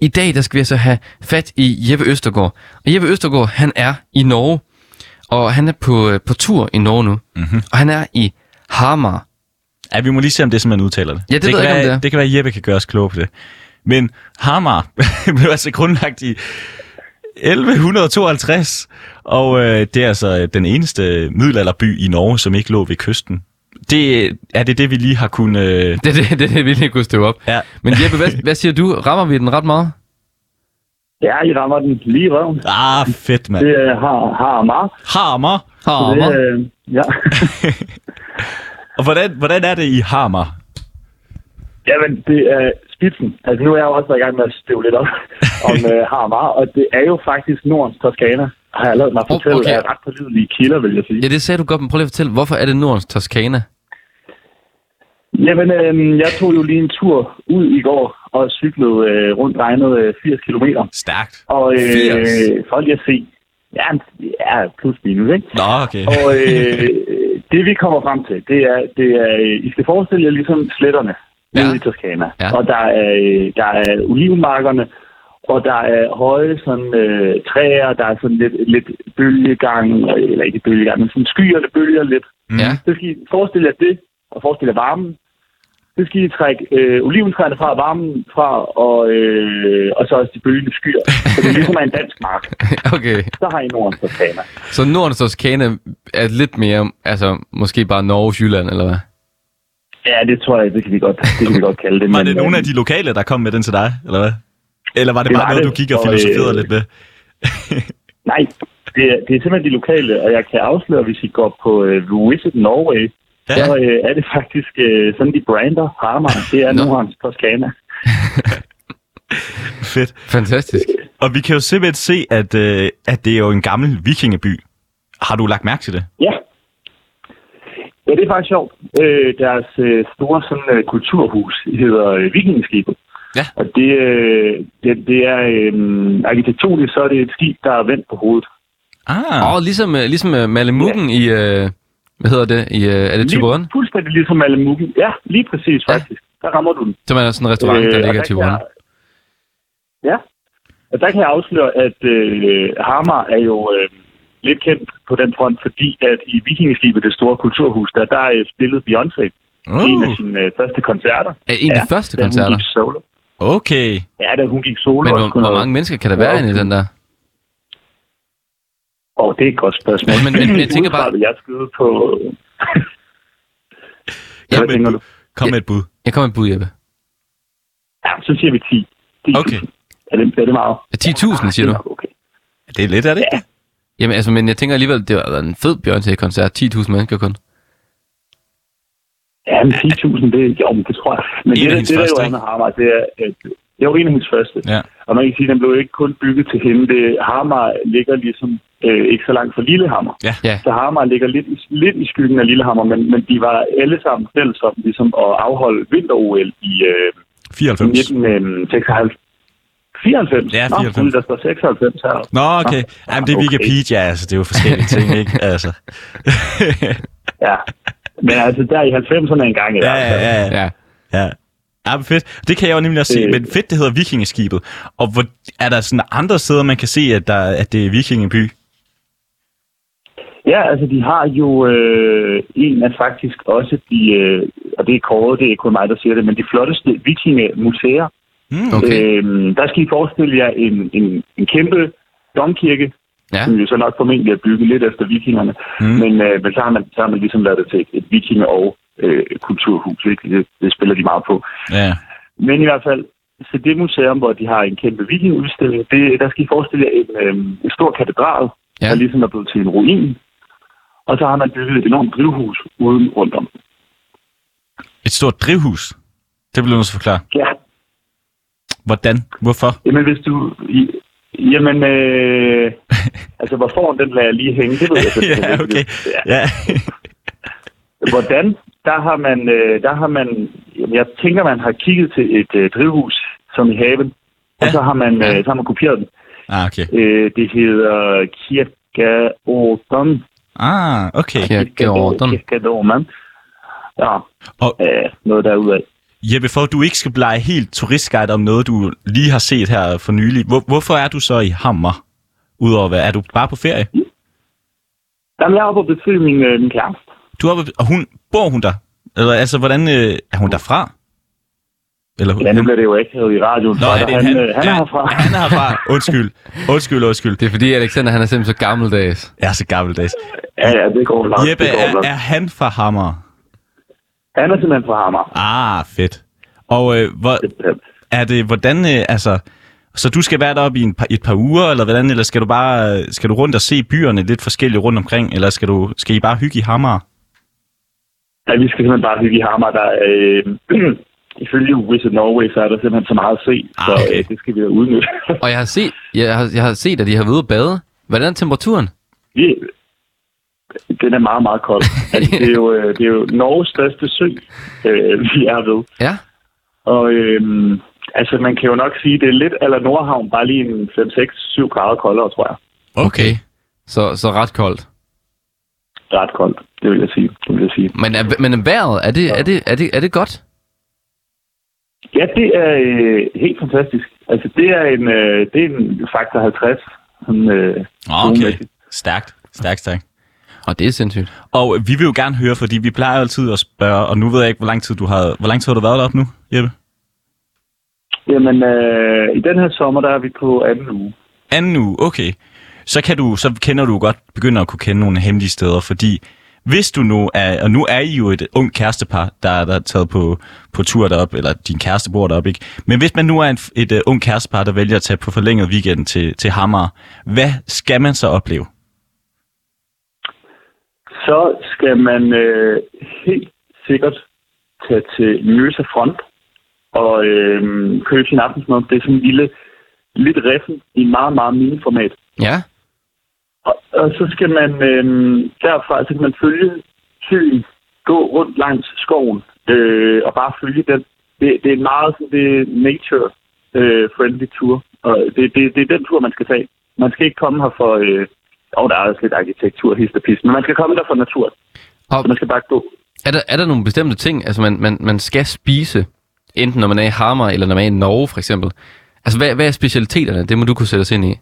[SPEAKER 1] i dag, der skal vi altså have fat i Jeppe Østergaard. Og Jeppe Østergaard, han er i Norge. Og han er på, øh, på tur i Norge nu. Mm-hmm. Og han er i Hamar.
[SPEAKER 2] Ja, vi må lige se, om det er sådan, man udtaler det.
[SPEAKER 1] Ja, det
[SPEAKER 2] det
[SPEAKER 1] ved
[SPEAKER 2] kan
[SPEAKER 1] jeg ikke, om
[SPEAKER 2] være,
[SPEAKER 1] det er.
[SPEAKER 2] Det kan være, at Jeppe kan gøre os kloge på det. Men Hamar [LAUGHS] blev altså grundlagt i 1152, og øh, det er altså den eneste middelalderby i Norge, som ikke lå ved kysten. Det øh, er det, det vi lige har kunnet... Øh,
[SPEAKER 1] Det er det, [LAUGHS] det, er det vi lige kunne støve op.
[SPEAKER 2] ja.
[SPEAKER 1] Men Jeppe, hvad, hvad siger du? Rammer vi den ret meget?
[SPEAKER 7] Ja, I rammer den lige i røven.
[SPEAKER 2] [LAUGHS] Ah, fedt, mand.
[SPEAKER 7] Det øh, har, har meget.
[SPEAKER 2] Hamar.
[SPEAKER 7] Det,
[SPEAKER 1] Hamar.
[SPEAKER 7] øh, ja. [LAUGHS]
[SPEAKER 2] Og hvordan, hvordan er det i Hamar?
[SPEAKER 7] Jamen, det er spidsen. Altså, nu er jeg jo også været i gang med at støve lidt op [LAUGHS] om øh, Hamar, og det er jo faktisk Nordens Toskana, har jeg lavet mig
[SPEAKER 1] Oh,
[SPEAKER 7] fortælle
[SPEAKER 1] okay.
[SPEAKER 7] okay. af ret pålidelige kilder, vil jeg sige.
[SPEAKER 1] Ja, det sagde du godt, men prøv lige at fortælle, hvorfor er det Nordens Toskana?
[SPEAKER 7] Jamen, øh, jeg tog jo lige en tur ud i går og cyklede øh, rundt regnet øh, 80 kilometer.
[SPEAKER 2] Stærkt.
[SPEAKER 7] Og øh,
[SPEAKER 2] 80?
[SPEAKER 7] folk jeg se, ja, ja, plus minus, ikke? [LAUGHS]
[SPEAKER 2] Nå, okay.
[SPEAKER 7] Og øh, Det vi kommer frem til, det er, det er øh, I skal forestille jer ligesom sletterne
[SPEAKER 1] Ja.
[SPEAKER 7] ja. ude i Toskana.
[SPEAKER 1] Ja.
[SPEAKER 7] Ja. Og der er, øh, der er olivenmarkerne, og der er høje sådan, øh, træer, der er sådan lidt, lidt bølgegang, og- eller ikke bølgegang, men sådan skyer, der bølger lidt.
[SPEAKER 1] Mm. Ja. [LAUGHS]
[SPEAKER 7] Så skal I forestille jer det, og forestille jer varmen. Så skal I trække øh, oliventræerne fra, varmen fra, og, øh, og så også de bølgende skyer. Så det ligesom er en dansk mark.
[SPEAKER 1] Okay.
[SPEAKER 7] Så har I Nordens Toskana.
[SPEAKER 1] Så Nordens Toskana er lidt mere, altså måske bare Norge, Jylland, eller hvad?
[SPEAKER 7] Ja, det tror jeg, det kan vi godt, det kan vi godt kalde det.
[SPEAKER 2] Var
[SPEAKER 7] men,
[SPEAKER 2] det
[SPEAKER 7] øh,
[SPEAKER 2] nogle af de lokale, der kom med den til dig, eller hvad? Eller var det,
[SPEAKER 7] Det
[SPEAKER 2] bare
[SPEAKER 7] var
[SPEAKER 2] noget,
[SPEAKER 7] det,
[SPEAKER 2] du gik og
[SPEAKER 7] og, øh,
[SPEAKER 2] filosoferede lidt med?
[SPEAKER 7] Nej, det er, det er simpelthen de lokale, og jeg kan afsløre, hvis I går på øh, Visit Norway,
[SPEAKER 2] Ja.
[SPEAKER 7] ja. så øh, er det faktisk øh, sådan, de brander Harman. Det er
[SPEAKER 1] Nå.
[SPEAKER 7] Nordhavns Toskana.
[SPEAKER 2] Fedt.
[SPEAKER 1] Fantastisk.
[SPEAKER 2] Og vi kan jo simpelthen se, at, øh, at det er jo en gammel vikingeby. Har du lagt mærke til det?
[SPEAKER 7] Ja. Ja, det er faktisk sjovt. Øh, deres øh, store sådan, øh, kulturhus hedder øh, Vikingeskibet.
[SPEAKER 1] Ja.
[SPEAKER 7] Og det, øh, det, det er øh, arkitektonisk, så er det et skib, der er vendt på hovedet.
[SPEAKER 2] Ah,
[SPEAKER 1] Og ligesom, øh, ligesom øh, Malimukken i, øh, hvad hedder det, i, øh, er det Tiburon?
[SPEAKER 7] Lige, fuldstændig ligesom Malamukken. Ja, lige præcis
[SPEAKER 1] Ja.
[SPEAKER 7] faktisk. Der rammer du den.
[SPEAKER 1] Som er sådan en restaurant, der
[SPEAKER 7] Øh, og
[SPEAKER 1] ligger i
[SPEAKER 7] kan
[SPEAKER 1] Tiburon.
[SPEAKER 7] jeg- Ja. Og der kan jeg afsløre, at øh, Hamar er jo øh, lidt kendt på den front, fordi at i Vikingeskibet, det store kulturhus, der, der øh, spillede Beyoncé uh. en af sine øh, første koncerter.
[SPEAKER 1] Er en af de første
[SPEAKER 7] da hun
[SPEAKER 1] koncerter?
[SPEAKER 7] gik solo.
[SPEAKER 2] okay.
[SPEAKER 7] Ja, da hun gik solo.
[SPEAKER 1] Men
[SPEAKER 7] og
[SPEAKER 1] hvor,
[SPEAKER 7] skulle
[SPEAKER 1] hvor
[SPEAKER 7] noget-
[SPEAKER 1] mange mennesker kan der være
[SPEAKER 7] Ja,
[SPEAKER 1] inde i den der?
[SPEAKER 7] Åh, det er et godt spørgsmål.
[SPEAKER 1] Men- men- men
[SPEAKER 7] [LAUGHS]
[SPEAKER 1] jeg tænker bare-
[SPEAKER 7] Udefra vil Jeg skyde på...
[SPEAKER 2] Kom,
[SPEAKER 7] Hvad
[SPEAKER 2] med et,
[SPEAKER 7] tænker
[SPEAKER 2] bud.
[SPEAKER 7] du?
[SPEAKER 2] Kom med et bud.
[SPEAKER 1] Jeg kommer med et bud, Jeppe.
[SPEAKER 7] Ja, så siger vi 10. 10.
[SPEAKER 2] Okay.
[SPEAKER 7] Er det, er det meget?
[SPEAKER 1] 10.000, siger
[SPEAKER 7] Det
[SPEAKER 1] du?
[SPEAKER 7] er nok Okay.
[SPEAKER 2] Det er lidt, er det ikke?
[SPEAKER 1] Jamen altså, men jeg tænker alligevel, det var en fed Beyoncé-koncert. 10.000 mennesker kun.
[SPEAKER 7] Ja, men 10.000, det, jo, men det tror jeg. Men
[SPEAKER 2] En
[SPEAKER 7] det,
[SPEAKER 2] af
[SPEAKER 7] det,
[SPEAKER 2] hendes
[SPEAKER 7] det, der jo
[SPEAKER 2] første,
[SPEAKER 7] er med Hamar, det er, at det var en af hendes første.
[SPEAKER 2] Ja.
[SPEAKER 7] Og man kan sige, at den blev ikke kun bygget til hende. Det, Hamar ligger ligesom øh, ikke så langt fra Lillehammer.
[SPEAKER 2] Ja.
[SPEAKER 1] Ja.
[SPEAKER 7] Så Hamar ligger lidt, i- lidt i skyggen af Lillehammer, men, men de var alle sammen fælles om ligesom at afholde vinter-OL i øh,
[SPEAKER 2] 94.
[SPEAKER 7] 1996. 94?
[SPEAKER 2] Ja, 94.
[SPEAKER 7] Nå, gud, der står 96 her.
[SPEAKER 2] Nå, Ah, okay. Jamen, det er
[SPEAKER 7] Okay.
[SPEAKER 2] Wikipedia, altså. Det er jo [LAUGHS] forskellige ting, ikke? Altså.
[SPEAKER 7] Ja. Men altså, der i 90'erne engang. i
[SPEAKER 2] Ja,
[SPEAKER 7] hvert fald.
[SPEAKER 2] ja, ja. ja.
[SPEAKER 1] Ja.
[SPEAKER 2] ja. Ja, men fedt. Det kan jeg jo nemlig også se.
[SPEAKER 7] Øh.
[SPEAKER 2] Men fedt, det hedder vikingeskibet. Og hvor, er der sådan andre steder, man kan se, at, der, at det er vikingeby?
[SPEAKER 7] Ja, altså de har jo øh, en af faktisk også de, øh, og det er kåret, det er ikke kun mig, der siger det, men de flotteste vikingemuseer.
[SPEAKER 2] Mm.
[SPEAKER 1] Okay.
[SPEAKER 7] Øh, der skal I forestille jer en, en, en kæmpe domkirke,
[SPEAKER 1] Ja.
[SPEAKER 7] ja. som jo så nok formentlig er bygget lidt efter vikingerne,
[SPEAKER 2] Mm.
[SPEAKER 7] mm. men, øh, men så, har man, så har man ligesom lavet det til et, et vikinge- og øh, kulturhus, ikke? Det, det spiller de meget på.
[SPEAKER 2] Ja.
[SPEAKER 7] Men i hvert fald, så det museum, hvor de har en kæmpe vikingeudstilling, det, der skal I forestille jer en, øh, en stor katedral,
[SPEAKER 1] Ja.
[SPEAKER 7] ja. der ligesom er blevet til en ruin. Og så har man bygget et enormt drivhus uden rundt om.
[SPEAKER 2] Et stort drivhus. Det bliver du nødt til at forklare.
[SPEAKER 7] Ja,
[SPEAKER 2] Hvordan? Hvorfor?
[SPEAKER 7] jamen hvis du... I, jamen,
[SPEAKER 2] [LAUGHS]
[SPEAKER 7] øh, altså hvor foran den lader jeg lige hænge, det ved jeg selvfølgelig
[SPEAKER 2] ja,
[SPEAKER 7] ikke.
[SPEAKER 2] okay.
[SPEAKER 7] Ja.
[SPEAKER 2] Ja. [LAUGHS]
[SPEAKER 7] Hvordan? Der har man, øh, der har man jamen, jeg tænker, man har kigget til et øh, drivhus, som i haven, og
[SPEAKER 2] Ja.
[SPEAKER 7] så har man, øh, så har man kopieret den.
[SPEAKER 2] Ah, okay.
[SPEAKER 7] Øh, det hedder Kirkeårdon.
[SPEAKER 2] Ah, okay.
[SPEAKER 1] Kirkeorden.
[SPEAKER 7] Kirkeorden. Ja,
[SPEAKER 2] Og
[SPEAKER 7] øh, noget derudad.
[SPEAKER 2] Jeppe, for at du ikke skal blege helt turistguide om noget, du lige har set her for nylig, hvor, hvorfor er du så i Hammer? Udover hvad? Er du bare på ferie?
[SPEAKER 7] Jamen, jeg er oppe og besøge min, øh, min kæreste.
[SPEAKER 2] Du er oppe, og hun, bor hun der? Eller altså, hvordan øh, er hun derfra? Eller,
[SPEAKER 7] Ja, nu bliver det jo ikke i radioen.
[SPEAKER 2] Nå,
[SPEAKER 7] så
[SPEAKER 2] er det
[SPEAKER 7] han,
[SPEAKER 2] han,
[SPEAKER 7] øh, han er
[SPEAKER 2] Ja,
[SPEAKER 7] herfra.
[SPEAKER 2] Han er
[SPEAKER 7] [LAUGHS]
[SPEAKER 2] herfra. Undskyld. Undskyld, undskyld.
[SPEAKER 1] Det er fordi, Alexander han er simpelthen så gammeldags.
[SPEAKER 2] Jeg er så gammeldags.
[SPEAKER 7] Ja, ja, det går langt.
[SPEAKER 2] Jeppe,
[SPEAKER 7] det går
[SPEAKER 2] er,
[SPEAKER 7] langt.
[SPEAKER 2] er han fra Hammer?
[SPEAKER 7] Han er simpelthen fra Hammer.
[SPEAKER 2] Ah, fedt. Og øh, hvor,
[SPEAKER 7] Simpelthen.
[SPEAKER 2] er det, hvordan, øh, altså... Så du skal være deroppe i en par, et par uger, eller hvordan? Eller skal du bare øh, skal du rundt og se byerne lidt forskellige rundt omkring? Eller skal, du, skal I bare hygge i Hammer?
[SPEAKER 7] Ja, vi skal simpelthen bare hygge i Hammer. Der, øh, [CLEARS THROAT] ifølge Wizard Norway, så er der simpelthen så meget at se.
[SPEAKER 2] Ah,
[SPEAKER 7] Så
[SPEAKER 2] okay.
[SPEAKER 7] øh, det skal vi jo udnytte. [LAUGHS]
[SPEAKER 1] Og jeg har set, jeg har, jeg har set at de har været ude at bade. Hvordan er temperaturen?
[SPEAKER 7] Vi, den er meget, meget kold. Altså, det, er jo, øh, det er jo Norges største sø, øh, vi er ved.
[SPEAKER 1] Ja.
[SPEAKER 7] Og øhm, altså, man kan jo nok sige, det er lidt eller Nordhavn, bare lige en 5-6-7 grader koldere, tror jeg.
[SPEAKER 1] Okay. Så, så ret koldt.
[SPEAKER 7] ret koldt, det vil jeg sige. Det vil jeg sige.
[SPEAKER 1] Men, er, men vejret, er det, er, det, er, det, er det godt?
[SPEAKER 7] Ja, det er øh, helt fantastisk. Altså, det er en, øh, det er en faktor 50. Sådan, øh,
[SPEAKER 2] Nå, Ah, okay.
[SPEAKER 7] zonemæssigt.
[SPEAKER 2] Stærkt. Stærkt, stærkt.
[SPEAKER 1] Og det er sindssygt.
[SPEAKER 2] Og øh, vi vil jo gerne høre, fordi vi plejer altid at spørge, og nu ved jeg ikke, hvor lang tid du har, hvor lang tid har du været deroppe nu, Jeppe?
[SPEAKER 7] Jamen, øh, i den her sommer, der er vi på anden uge.
[SPEAKER 2] anden uge, okay, så, kan du, så kender du godt, begynder at kunne kende nogle hemmelige steder, fordi hvis du nu er, og nu er I jo et ung kærestepar, der er, der er taget på, på tur derop, eller din kæreste bor derop, ikke? Men hvis man nu er en, et uh, ung kærestepar, der vælger at tage på forlænget weekend til, til Hammer, hvad skal man så opleve?
[SPEAKER 7] Så skal man øh, helt sikkert tage til Møse Front og øh, købe sin aftensmad. Det er sådan en lille, lidt riffen i meget, meget mini format.
[SPEAKER 1] Ja.
[SPEAKER 7] Og, og så skal man øh, derfra, så kan man følge søen, gå rundt langs skoven øh, og bare følge den. Det, det er en meget sådan, det er nature-friendly tur, og det, det, det er den tur, man skal tage. Man skal ikke komme her for... Øh, og der er også lidt arkitektur, hist og pis, men man skal komme der for natur.
[SPEAKER 1] Og
[SPEAKER 7] Så man skal bare gå.
[SPEAKER 1] er der, er der nogle bestemte ting, altså man, man, man skal spise, enten når man er i Hammer, eller når man er i Norge for eksempel? Altså, hvad, hvad er specialiteterne? Det må du kunne sætte os ind i.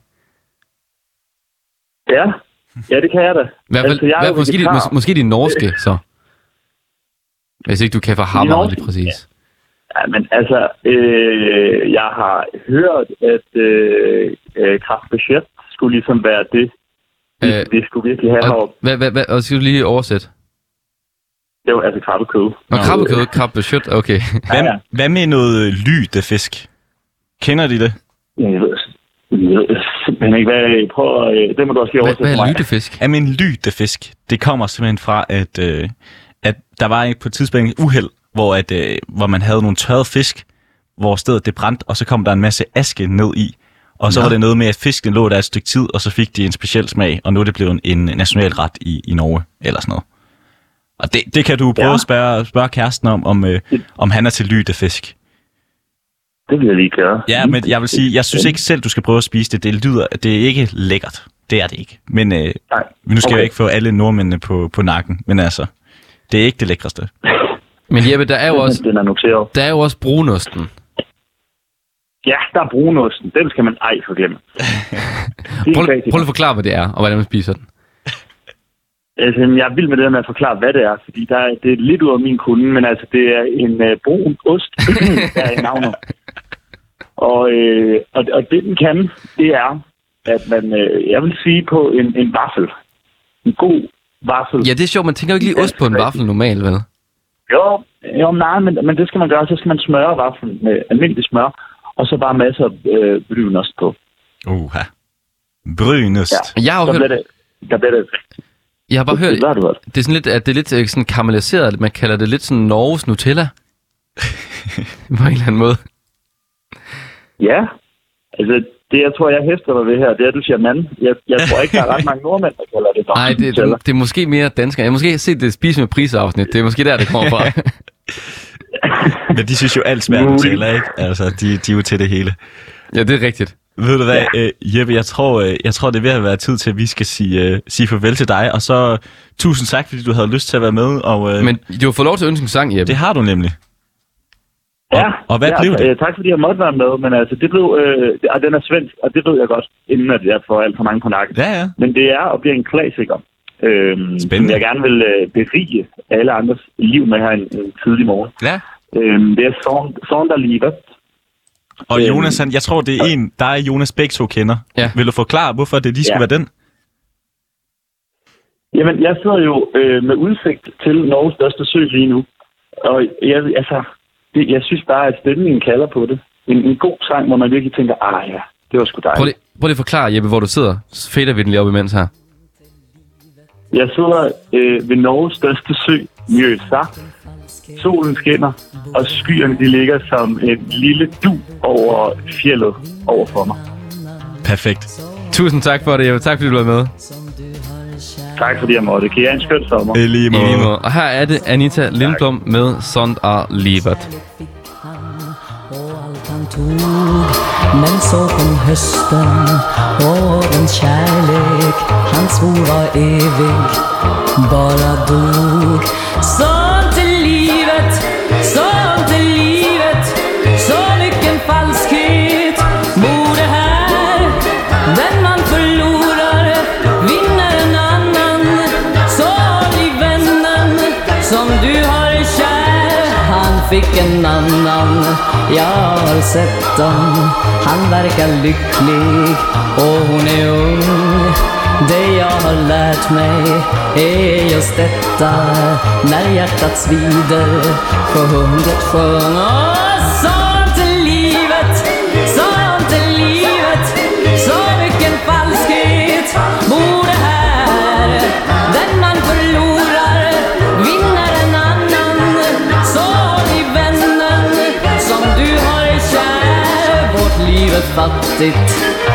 [SPEAKER 7] Ja, ja det kan jeg da.
[SPEAKER 1] I hvert fald, altså,
[SPEAKER 7] jo
[SPEAKER 1] hvad, måske, de,
[SPEAKER 7] vegetar.
[SPEAKER 1] mås, måske de norske, så. Hvis ikke du kan fra Hammer,
[SPEAKER 7] norske?
[SPEAKER 1] lige præcis.
[SPEAKER 7] Ja, men altså, øh, jeg har hørt, at øh, øh, kraftbudget skulle ligesom være det,
[SPEAKER 1] Øh,
[SPEAKER 7] øh, det skulle virkelig have heroppe.
[SPEAKER 1] Og, hvad, hvad, hvad, og skal du lige oversætte?
[SPEAKER 7] Det var altså krabbekød.
[SPEAKER 1] Og krabbekød, krabbeskyt, okay.
[SPEAKER 2] Hvad,
[SPEAKER 7] Ja, ja.
[SPEAKER 2] hvad med noget øh, lyde fisk? Kender de det?
[SPEAKER 7] Jeg ved, jeg ved simpelthen ikke, hvad... Prøv, at- øh, det må du også
[SPEAKER 1] Hvad,
[SPEAKER 7] lige oversætte
[SPEAKER 1] hvad
[SPEAKER 7] for
[SPEAKER 1] er
[SPEAKER 7] mig.
[SPEAKER 1] lyttefisk?
[SPEAKER 2] Jamen, lytefisk, det kommer simpelthen fra, at, øh, at der var et- på et tidspunkt et uheld, hvor, at, øh, hvor man havde nogle tørrede fisk, hvor stedet det brændte, og så kom der en masse aske ned i. Og så
[SPEAKER 1] Nå.
[SPEAKER 2] var det noget med, at fisken lå der et stykke tid, og så fik de en speciel smag, og nu er det blevet en national ret i, i Norge, eller sådan noget. Og det, det kan du prøve
[SPEAKER 7] Ja.
[SPEAKER 2] ja. at spørge, spørge kæresten om, om, øh, om han er til lytefisk.
[SPEAKER 7] Det vil jeg lige gøre.
[SPEAKER 2] Ja, men jeg vil sige, jeg synes ikke selv, du skal prøve at spise det. Det lyder, det er ikke lækkert. Det er det ikke. Men øh,
[SPEAKER 7] Nej.
[SPEAKER 2] nu skal okay. jeg
[SPEAKER 7] Okay.
[SPEAKER 2] jo ikke få alle nordmændene på, på nakken, men altså, det er ikke det lækreste.
[SPEAKER 1] Men Jeppe, der er
[SPEAKER 7] [LAUGHS]
[SPEAKER 1] jo også,
[SPEAKER 7] Den er noteret.
[SPEAKER 1] der er jo også brunosten.
[SPEAKER 7] Ja, der er brunosten. Den skal man ej
[SPEAKER 1] [LAUGHS]
[SPEAKER 7] forglemme. Det er
[SPEAKER 1] Prøv,
[SPEAKER 7] rigtig
[SPEAKER 1] prøv lige at forklare, hvad det er, og hvordan man spiser den.
[SPEAKER 7] Altså, jeg er vild med det der med at forklare, hvad det er, fordi der er, det er lidt ud af min kunde, men altså, det er en øh, brun ost, [LAUGHS] der er i navnet. Og, øh, og, og det, den kan, det er, at man, øh, jeg vil sige på en, en vaffel. En god vaffel.
[SPEAKER 1] Ja, det er sjovt, man tænker jo ikke lige ost på en vaffel normalt, vel?
[SPEAKER 7] Jo, jo nej, men, men det skal man gøre. Så skal man smøre vaflen med almindelig smør, og så bare masser af øh, brun ost på.
[SPEAKER 2] Uha. Brynøst. Ja.
[SPEAKER 7] Ja.
[SPEAKER 1] Jeg har
[SPEAKER 7] Der
[SPEAKER 1] jo
[SPEAKER 7] bliver
[SPEAKER 1] hørt,
[SPEAKER 7] det, der bliver det,
[SPEAKER 1] jeg har bare hørt,
[SPEAKER 7] det, har du hørt.
[SPEAKER 1] det er sådan lidt, at det er lidt øh, sådan karamelliseret, man kalder det lidt sådan Norges
[SPEAKER 7] [LAUGHS]
[SPEAKER 1] Nutella. på en eller anden måde.
[SPEAKER 7] Ja, altså det, jeg tror, jeg hæfter mig ved her, det er, at du siger mand. Jeg, jeg tror ikke, der er ret mange nordmænd, der kalder det
[SPEAKER 1] Nej, det,
[SPEAKER 7] Nutella.
[SPEAKER 1] det, det er måske mere danskere. Jeg har måske set det spise med prisafsnit. Det er måske der, det kommer
[SPEAKER 7] [LAUGHS]
[SPEAKER 1] fra.
[SPEAKER 2] Men de synes jo alt smager
[SPEAKER 7] Muligt.
[SPEAKER 2] Nutella, ikke? Altså, de, de er jo til det hele.
[SPEAKER 1] ja, det er rigtigt.
[SPEAKER 2] Ved du hvad, ja. øh, Jeppe, jeg tror, øh, jeg tror, det er ved at være tid til, at vi skal sige, øh, sige farvel til dig. Og så øh, tusind tak, fordi du havde lyst til at være med. Og øh, Men...
[SPEAKER 1] Men du har fået lov til at ønske en sang, Jeppe.
[SPEAKER 2] det har du nemlig.
[SPEAKER 7] Ja,
[SPEAKER 2] og hvad
[SPEAKER 7] ja,
[SPEAKER 2] blev det?
[SPEAKER 7] øh, Tak fordi jeg måtte være med, men altså det blev, øh, det- og den er svensk, og det ved jeg godt, inden at jeg får alt for mange på nakken.
[SPEAKER 2] Ja, ja.
[SPEAKER 7] Men det er og bliver en klassiker, øh, som
[SPEAKER 2] Spændende.
[SPEAKER 7] jeg gerne vil øh, berige alle andres liv med her en, en tidlig morgen.
[SPEAKER 2] Ja.
[SPEAKER 7] Øhm, det er Sond- Sonderlivet.
[SPEAKER 2] Og
[SPEAKER 7] Øhm,
[SPEAKER 2] Jonas, han, jeg tror, det er en, der er Jonas begge to kender.
[SPEAKER 1] Ja.
[SPEAKER 2] Vil du forklare, hvorfor det lige skulle
[SPEAKER 7] Ja.
[SPEAKER 2] være den?
[SPEAKER 7] Jamen, jeg sidder jo øh, med udsigt til Norges største sø lige nu. Og jeg, altså, det, jeg synes bare, at stemningen kalder på det. En, en god sang, hvor man virkelig tænker, ah ja, det var sgu
[SPEAKER 1] Prøv
[SPEAKER 7] dejligt.
[SPEAKER 1] lige, prøv lige at forklare, Jeppe, hvor du sidder. Så fader vi den lige op imens her.
[SPEAKER 7] Jeg sidder øh, ved Norges største sø, Mjøsa. Solen skinner, og skyerne de ligger som en lille du over fjellet over for mig.
[SPEAKER 2] Perfekt.
[SPEAKER 1] Tusind tak for det, Jeppe. Tak, fordi du blev med.
[SPEAKER 7] Tak fordi jeg måtte. Kan I have en skøn sommer?
[SPEAKER 2] I lige
[SPEAKER 1] I
[SPEAKER 2] måde.
[SPEAKER 1] lige måde. Og her er det Anita Lindblom med Sond og Libert.
[SPEAKER 8] Fick han, och allt han
[SPEAKER 9] tog Men så kom høsten og den kärlek han svor var evig bara dog Sånt är livet, sånt är livet Så mycket falskhet bor det här Den man förlorar vinner en annan Så håll i vännen som du har kär Han fick en annan, jag har sett dem Han verkar lycklig och hon är ung Det jag har lärt mig är just detta När hjärtat svider för hundet sjöng Åh, sånt är livet, sånt är livet Så mycket falskhet bor det här Den man förlorar vinner en annan Så i vännen som du har är kär Vårt liv är fattigt,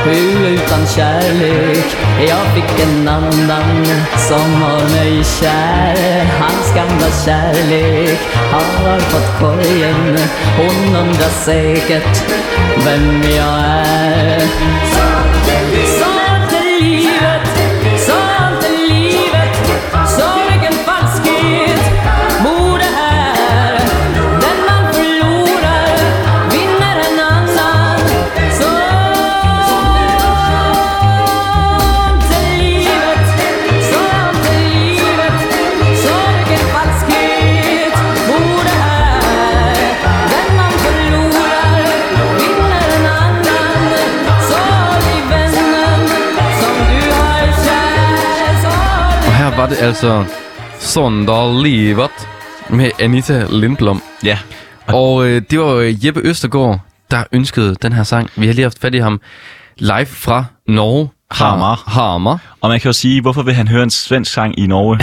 [SPEAKER 9] hur utan kärlek Jag fick en annan som har mig kär Hans gamla kärlek har fått korgen Hon undrar säkert vem jag är Sånt är livet, sånt är livet Så vilken falskhet bor det här Den man förlorar vinner en annan Sånt är livet, sånt är livet Så vilken falskhet bor det här Den man förlorar vinner en annan Sorg i vännen som du har kär Sorg
[SPEAKER 1] Og her var det altså Sonder Livet med Anita Lindblom.
[SPEAKER 2] Ja.
[SPEAKER 1] Og øh, det var øh, Jeppe Østergaard, der ønskede den her sang. Vi har lige haft fat i ham live fra Norge.
[SPEAKER 2] Hamar.
[SPEAKER 1] Hammer.
[SPEAKER 2] Og man kan jo sige, hvorfor vil han høre en svensk sang
[SPEAKER 1] [LAUGHS]
[SPEAKER 2] i Norge?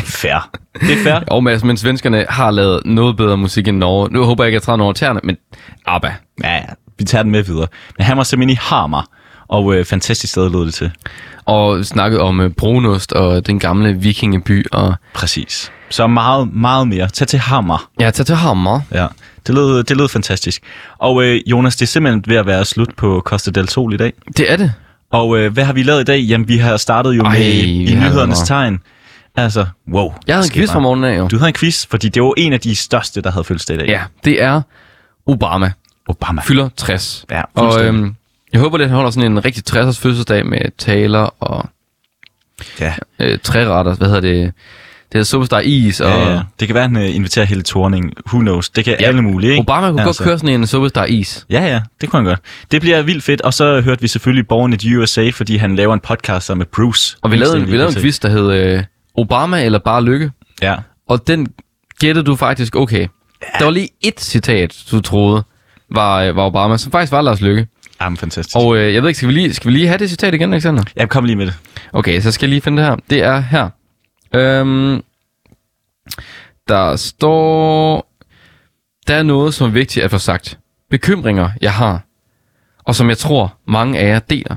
[SPEAKER 2] fair. Det er fair.
[SPEAKER 1] Og Mads, men svenskerne har lavet noget bedre musik end Norge. Nu håber jeg ikke, at jeg træder over tæerne, men ABBA.
[SPEAKER 2] Ja, ja, vi tager den med videre. Men han var simpelthen i Hamar, og øh, fantastisk sted lød det til.
[SPEAKER 1] Og snakket om øh, brunost og den gamle vikingeby. Og...
[SPEAKER 2] Præcis. Så meget, meget mere. Tag til Hamar.
[SPEAKER 1] Ja, tag til Hammer.
[SPEAKER 2] Ja, det lød, det lød fantastisk. Og øh, Jonas, det er simpelthen ved at være slut på Costa del Sol i dag.
[SPEAKER 1] Det er det.
[SPEAKER 2] Og øh, hvad har vi lavet i dag? Jamen, vi har startet jo Ej,
[SPEAKER 1] Ej,
[SPEAKER 2] med
[SPEAKER 1] vi
[SPEAKER 2] i
[SPEAKER 1] har lavet
[SPEAKER 2] nyhedernes
[SPEAKER 1] meget.
[SPEAKER 2] tegn. Altså, wow.
[SPEAKER 1] Jeg havde en
[SPEAKER 2] Skete
[SPEAKER 1] quiz fra
[SPEAKER 2] meget.
[SPEAKER 1] morgenen af, jo.
[SPEAKER 2] Du havde en quiz, fordi det var en af de største, der havde fødselsdag i dag.
[SPEAKER 1] Ja, det er Obama.
[SPEAKER 2] Obama.
[SPEAKER 1] fylder 60.
[SPEAKER 2] Ja,
[SPEAKER 1] og
[SPEAKER 2] fuldstændig.
[SPEAKER 1] øhm, jeg håber, at han holder sådan en rigtig 60'ers fødselsdag med taler og
[SPEAKER 2] Ja.
[SPEAKER 1] øh, træretter. Hvad hedder det? Det hedder Superstar Is. Og
[SPEAKER 2] Ja, ja. Det kan være, at han øh, inviterer hele Thorning. Who knows? Det kan ja. alle mulige, ikke?
[SPEAKER 1] Obama kunne altså. godt køre sådan en Superstar Is.
[SPEAKER 2] Ja, ja, det kunne han gøre. Det bliver vildt fedt. Og så hørte vi selvfølgelig Born in the USA, fordi han laver en podcast sammen med Bruce.
[SPEAKER 1] Og vi lavede, en,
[SPEAKER 2] Fuldstændig
[SPEAKER 1] vi lavede en
[SPEAKER 2] vildt
[SPEAKER 1] quiz, der hed øh, Obama eller bare lykke.
[SPEAKER 2] fedt. Ja.
[SPEAKER 1] Og den gættede du faktisk okay. Der var lige et citat, du troede var, øh, var Obama, som faktisk var Lars Lykke.
[SPEAKER 2] Jamen, fantastisk. Og...
[SPEAKER 1] Og øh, jeg ved ikke, skal vi, lige, skal vi lige have det citat igen, Alexander?
[SPEAKER 2] Jamen, kom lige med det.
[SPEAKER 1] Okay, så skal jeg lige finde det her. Det er her. Øhm, der står... Der er noget, som er vigtigt at få sagt. Bekymringer, jeg har, og som jeg tror, mange af jer deler.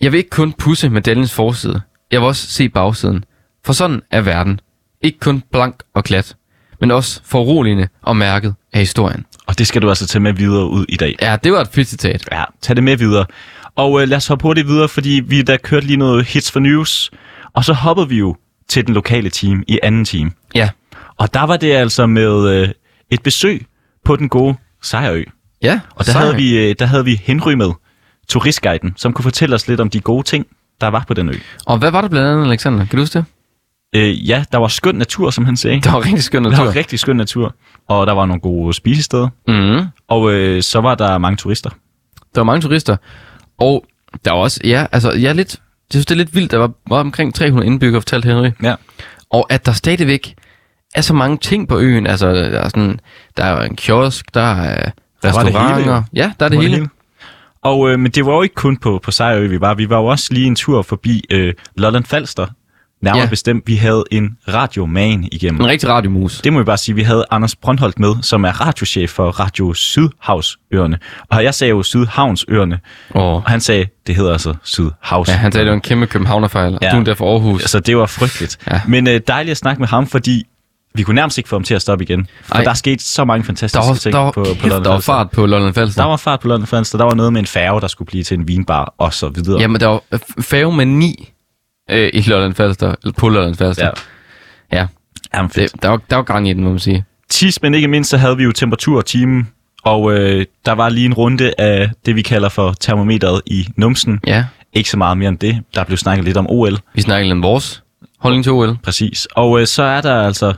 [SPEAKER 1] Jeg vil ikke kun pusse medaljens forside. Jeg vil også se bagsiden. For sådan er verden. Ikke kun blank og glat, men også foruroligende og mærket af historien.
[SPEAKER 2] Og det skal du altså tage med videre ud i dag.
[SPEAKER 1] Ja, det var et fedt citat.
[SPEAKER 2] Ja, tag det med videre. Og øh, lad os hoppe hurtigt videre, fordi vi der kørte lige noget hits for news. Og så hoppede vi jo til den lokale team i anden team.
[SPEAKER 1] Ja.
[SPEAKER 2] Og der var det altså med øh, et besøg på den gode Sejrø.
[SPEAKER 1] Ja,
[SPEAKER 2] Og der havde, vi, øh, der havde vi Henry med, turistguiden, som kunne fortælle os lidt om de gode ting, der var på den ø.
[SPEAKER 1] Og hvad var det blandt andet, Alexander? Kan du huske det?
[SPEAKER 2] Øh, ja, der var skøn natur, som han sagde.
[SPEAKER 1] Det var rigtig skønt
[SPEAKER 2] Der
[SPEAKER 1] natur.
[SPEAKER 2] var rigtig skøn natur, og der var nogle gode spisesteder.
[SPEAKER 1] Mm.
[SPEAKER 2] Og øh, så var der mange turister.
[SPEAKER 1] Der var mange turister. Og der var også, ja, altså, jeg er lidt, jeg synes, det er lidt vildt, der var, var omkring 300 indbyggere, fortalte Henry.
[SPEAKER 2] Ja.
[SPEAKER 1] Og at der stadigvæk er så mange ting på øen. Altså, der er sådan, der er en kiosk, der er
[SPEAKER 2] Der var det hele,
[SPEAKER 1] restauranter.
[SPEAKER 2] jo.
[SPEAKER 1] ja, der er det,
[SPEAKER 2] Var
[SPEAKER 1] hele.
[SPEAKER 2] Og, øh, men det var jo ikke kun på, på Sejrø, vi var. Vi var jo også lige en tur forbi øh, Lolland Falster. Nærmere
[SPEAKER 1] Ja.
[SPEAKER 2] ja. bestemt, vi havde en radioman igennem.
[SPEAKER 1] En rigtig radiomus.
[SPEAKER 2] Det må vi bare sige, vi havde Anders Brøndholt med, som er radiochef for Radio Sydhavsøerne. Og jeg sagde jo Sydhavnsøerne,
[SPEAKER 1] Og,
[SPEAKER 2] og han sagde, det hedder altså Sydhavs.
[SPEAKER 1] ja, han sagde, det var en kæmpe københavnerfejl. Ja.
[SPEAKER 2] Ja.
[SPEAKER 1] Du er der fra Aarhus.
[SPEAKER 2] Så det var frygteligt.
[SPEAKER 1] Ja.
[SPEAKER 2] Men øh, dejligt at snakke med ham, fordi vi kunne nærmest ikke få dem til at stoppe igen. For
[SPEAKER 1] Ej.
[SPEAKER 2] Ej. der er sket så mange fantastiske
[SPEAKER 1] Der var,
[SPEAKER 2] ting
[SPEAKER 1] der var,
[SPEAKER 2] på, på
[SPEAKER 1] kæft,
[SPEAKER 2] London
[SPEAKER 1] der var
[SPEAKER 2] Falster.
[SPEAKER 1] fart altså. på London Falster.
[SPEAKER 2] Der var fart på London Falster. Der var noget med en færge, der skulle blive til en vinbar, og så videre.
[SPEAKER 1] Jamen, der var f- færge med ni øh, i Lolland Falster, eller på Lolland Falster.
[SPEAKER 2] Ja.
[SPEAKER 1] ja
[SPEAKER 2] Jamen, fedt.
[SPEAKER 1] altså, det, der, var, der var gang i den, må man sige.
[SPEAKER 2] sidst, men ikke mindst, så havde vi jo temperatur og timen, og øh, der var lige en runde af det, vi kalder for termometeret i numsen.
[SPEAKER 1] Ja,
[SPEAKER 2] Ikke så meget mere om det. Der blev snakket lidt om OL,
[SPEAKER 1] vi snakkede lidt om vores holdning til OL.
[SPEAKER 2] præcis. Og øh, så er der altså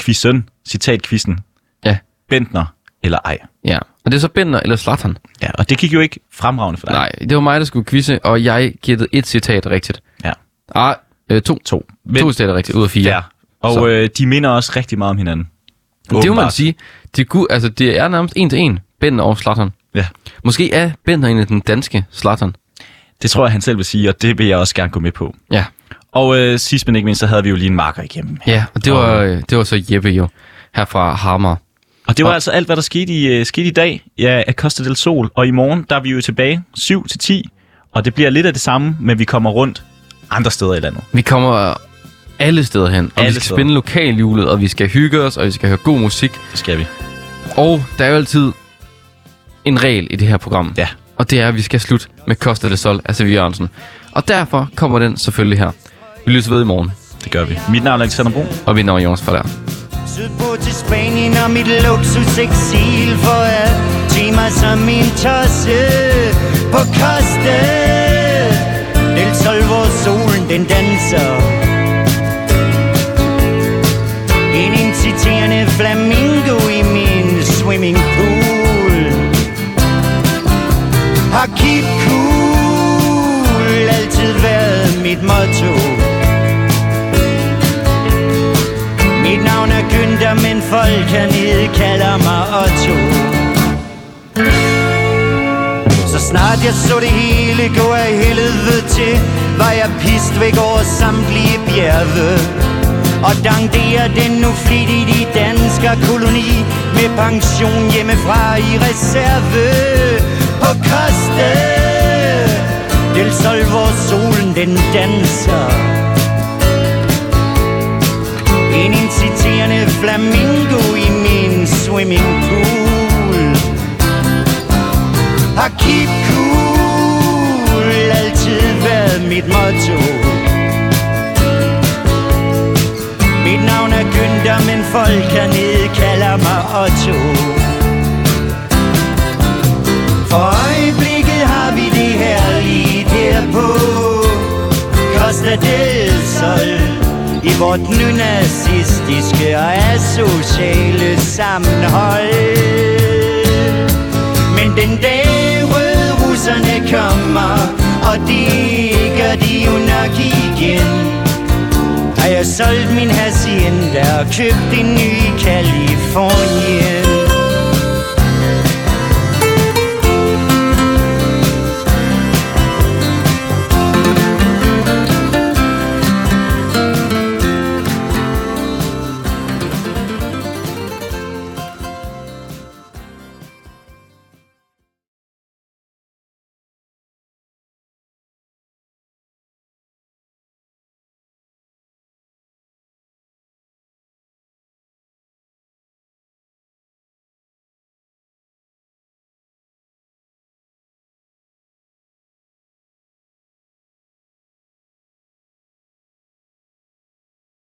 [SPEAKER 2] quizzen, citat quizzen,
[SPEAKER 1] Ja,
[SPEAKER 2] Bentner eller ej.
[SPEAKER 1] ja. Og det er så Bender eller Slattern.
[SPEAKER 2] Ja, og det gik jo ikke fremragende for dig.
[SPEAKER 1] Nej, det var mig, der skulle quizze, og jeg gættede et citat rigtigt.
[SPEAKER 2] Ja.
[SPEAKER 1] Ah, øh, to.
[SPEAKER 2] To.
[SPEAKER 1] Men, to citater rigtigt ud af fire.
[SPEAKER 2] Ja. Og
[SPEAKER 1] Så.
[SPEAKER 2] øh, de minder også rigtig meget om hinanden.
[SPEAKER 1] Det må man
[SPEAKER 2] Åbenbart.
[SPEAKER 1] sige. Det, kunne, altså, det er nærmest en til en, Bender og Slattern.
[SPEAKER 2] Ja.
[SPEAKER 1] Måske er Bender en af den danske Slattern.
[SPEAKER 2] Det tror jeg, han selv vil sige, og det vil jeg også gerne gå med på.
[SPEAKER 1] Ja,
[SPEAKER 2] Og øh, sidst men ikke mindst, så havde vi jo lige en marker igennem.
[SPEAKER 1] ja og det var, øh, det var så Jeppe jo, her fra Hammer.
[SPEAKER 2] Og det var
[SPEAKER 1] Og-
[SPEAKER 2] altså alt, hvad der skete i, øh, skete i dag ja, af Costa del Sol. Og i morgen, der er vi jo tilbage 7 til 10. Og det bliver lidt af det samme, men vi kommer rundt andre steder i landet.
[SPEAKER 1] Vi kommer alle steder hen, og alle
[SPEAKER 2] Alle
[SPEAKER 1] vi skal
[SPEAKER 2] steder.
[SPEAKER 1] spænde lokalhjulet, og vi skal hygge os, og vi skal høre god musik.
[SPEAKER 2] Det skal vi.
[SPEAKER 1] Og der er jo altid en regel i det her program.
[SPEAKER 2] Ja.
[SPEAKER 1] Og det er, at vi skal slutte med Costa del Sol af Sevilla Jørgensen. Og derfor kommer den selvfølgelig her. Vi lyttes ved i morgen,
[SPEAKER 2] Det gør vi. Mit navn er Alexander Brun.
[SPEAKER 1] og vi når Jørgens fra der.
[SPEAKER 9] Sydpå til Spanien og mit luksus eksil For at tage mig som en tosse på koste Del sol, hvor solen den danser En inciterende flamingo i min swimming pool Har keep cool altid været mit motto Mit navn er Günther, men folk hernede kalder mig Otto Så snart jeg så det hele gå af helvede til Var jeg pist væk over samtlige bjerge Og dankderer den nu flittigt i dansker koloni Med pension hjemmefra i reserve På Koste Del Sol, hvor solen den danser en inciterende flamingo i min swimming pool Har keep cool altid været mit motto Mit navn er Günther, men folk hernede kalder mig Otto For øjeblikket har vi det her lige derpå Costa del Sol I vort nynazistiske og asociale sammenhold Men den dag røde russerne kommer Og det gør de jo nok igen Har jeg solgt min hacienda og købt en ny i Kalifornien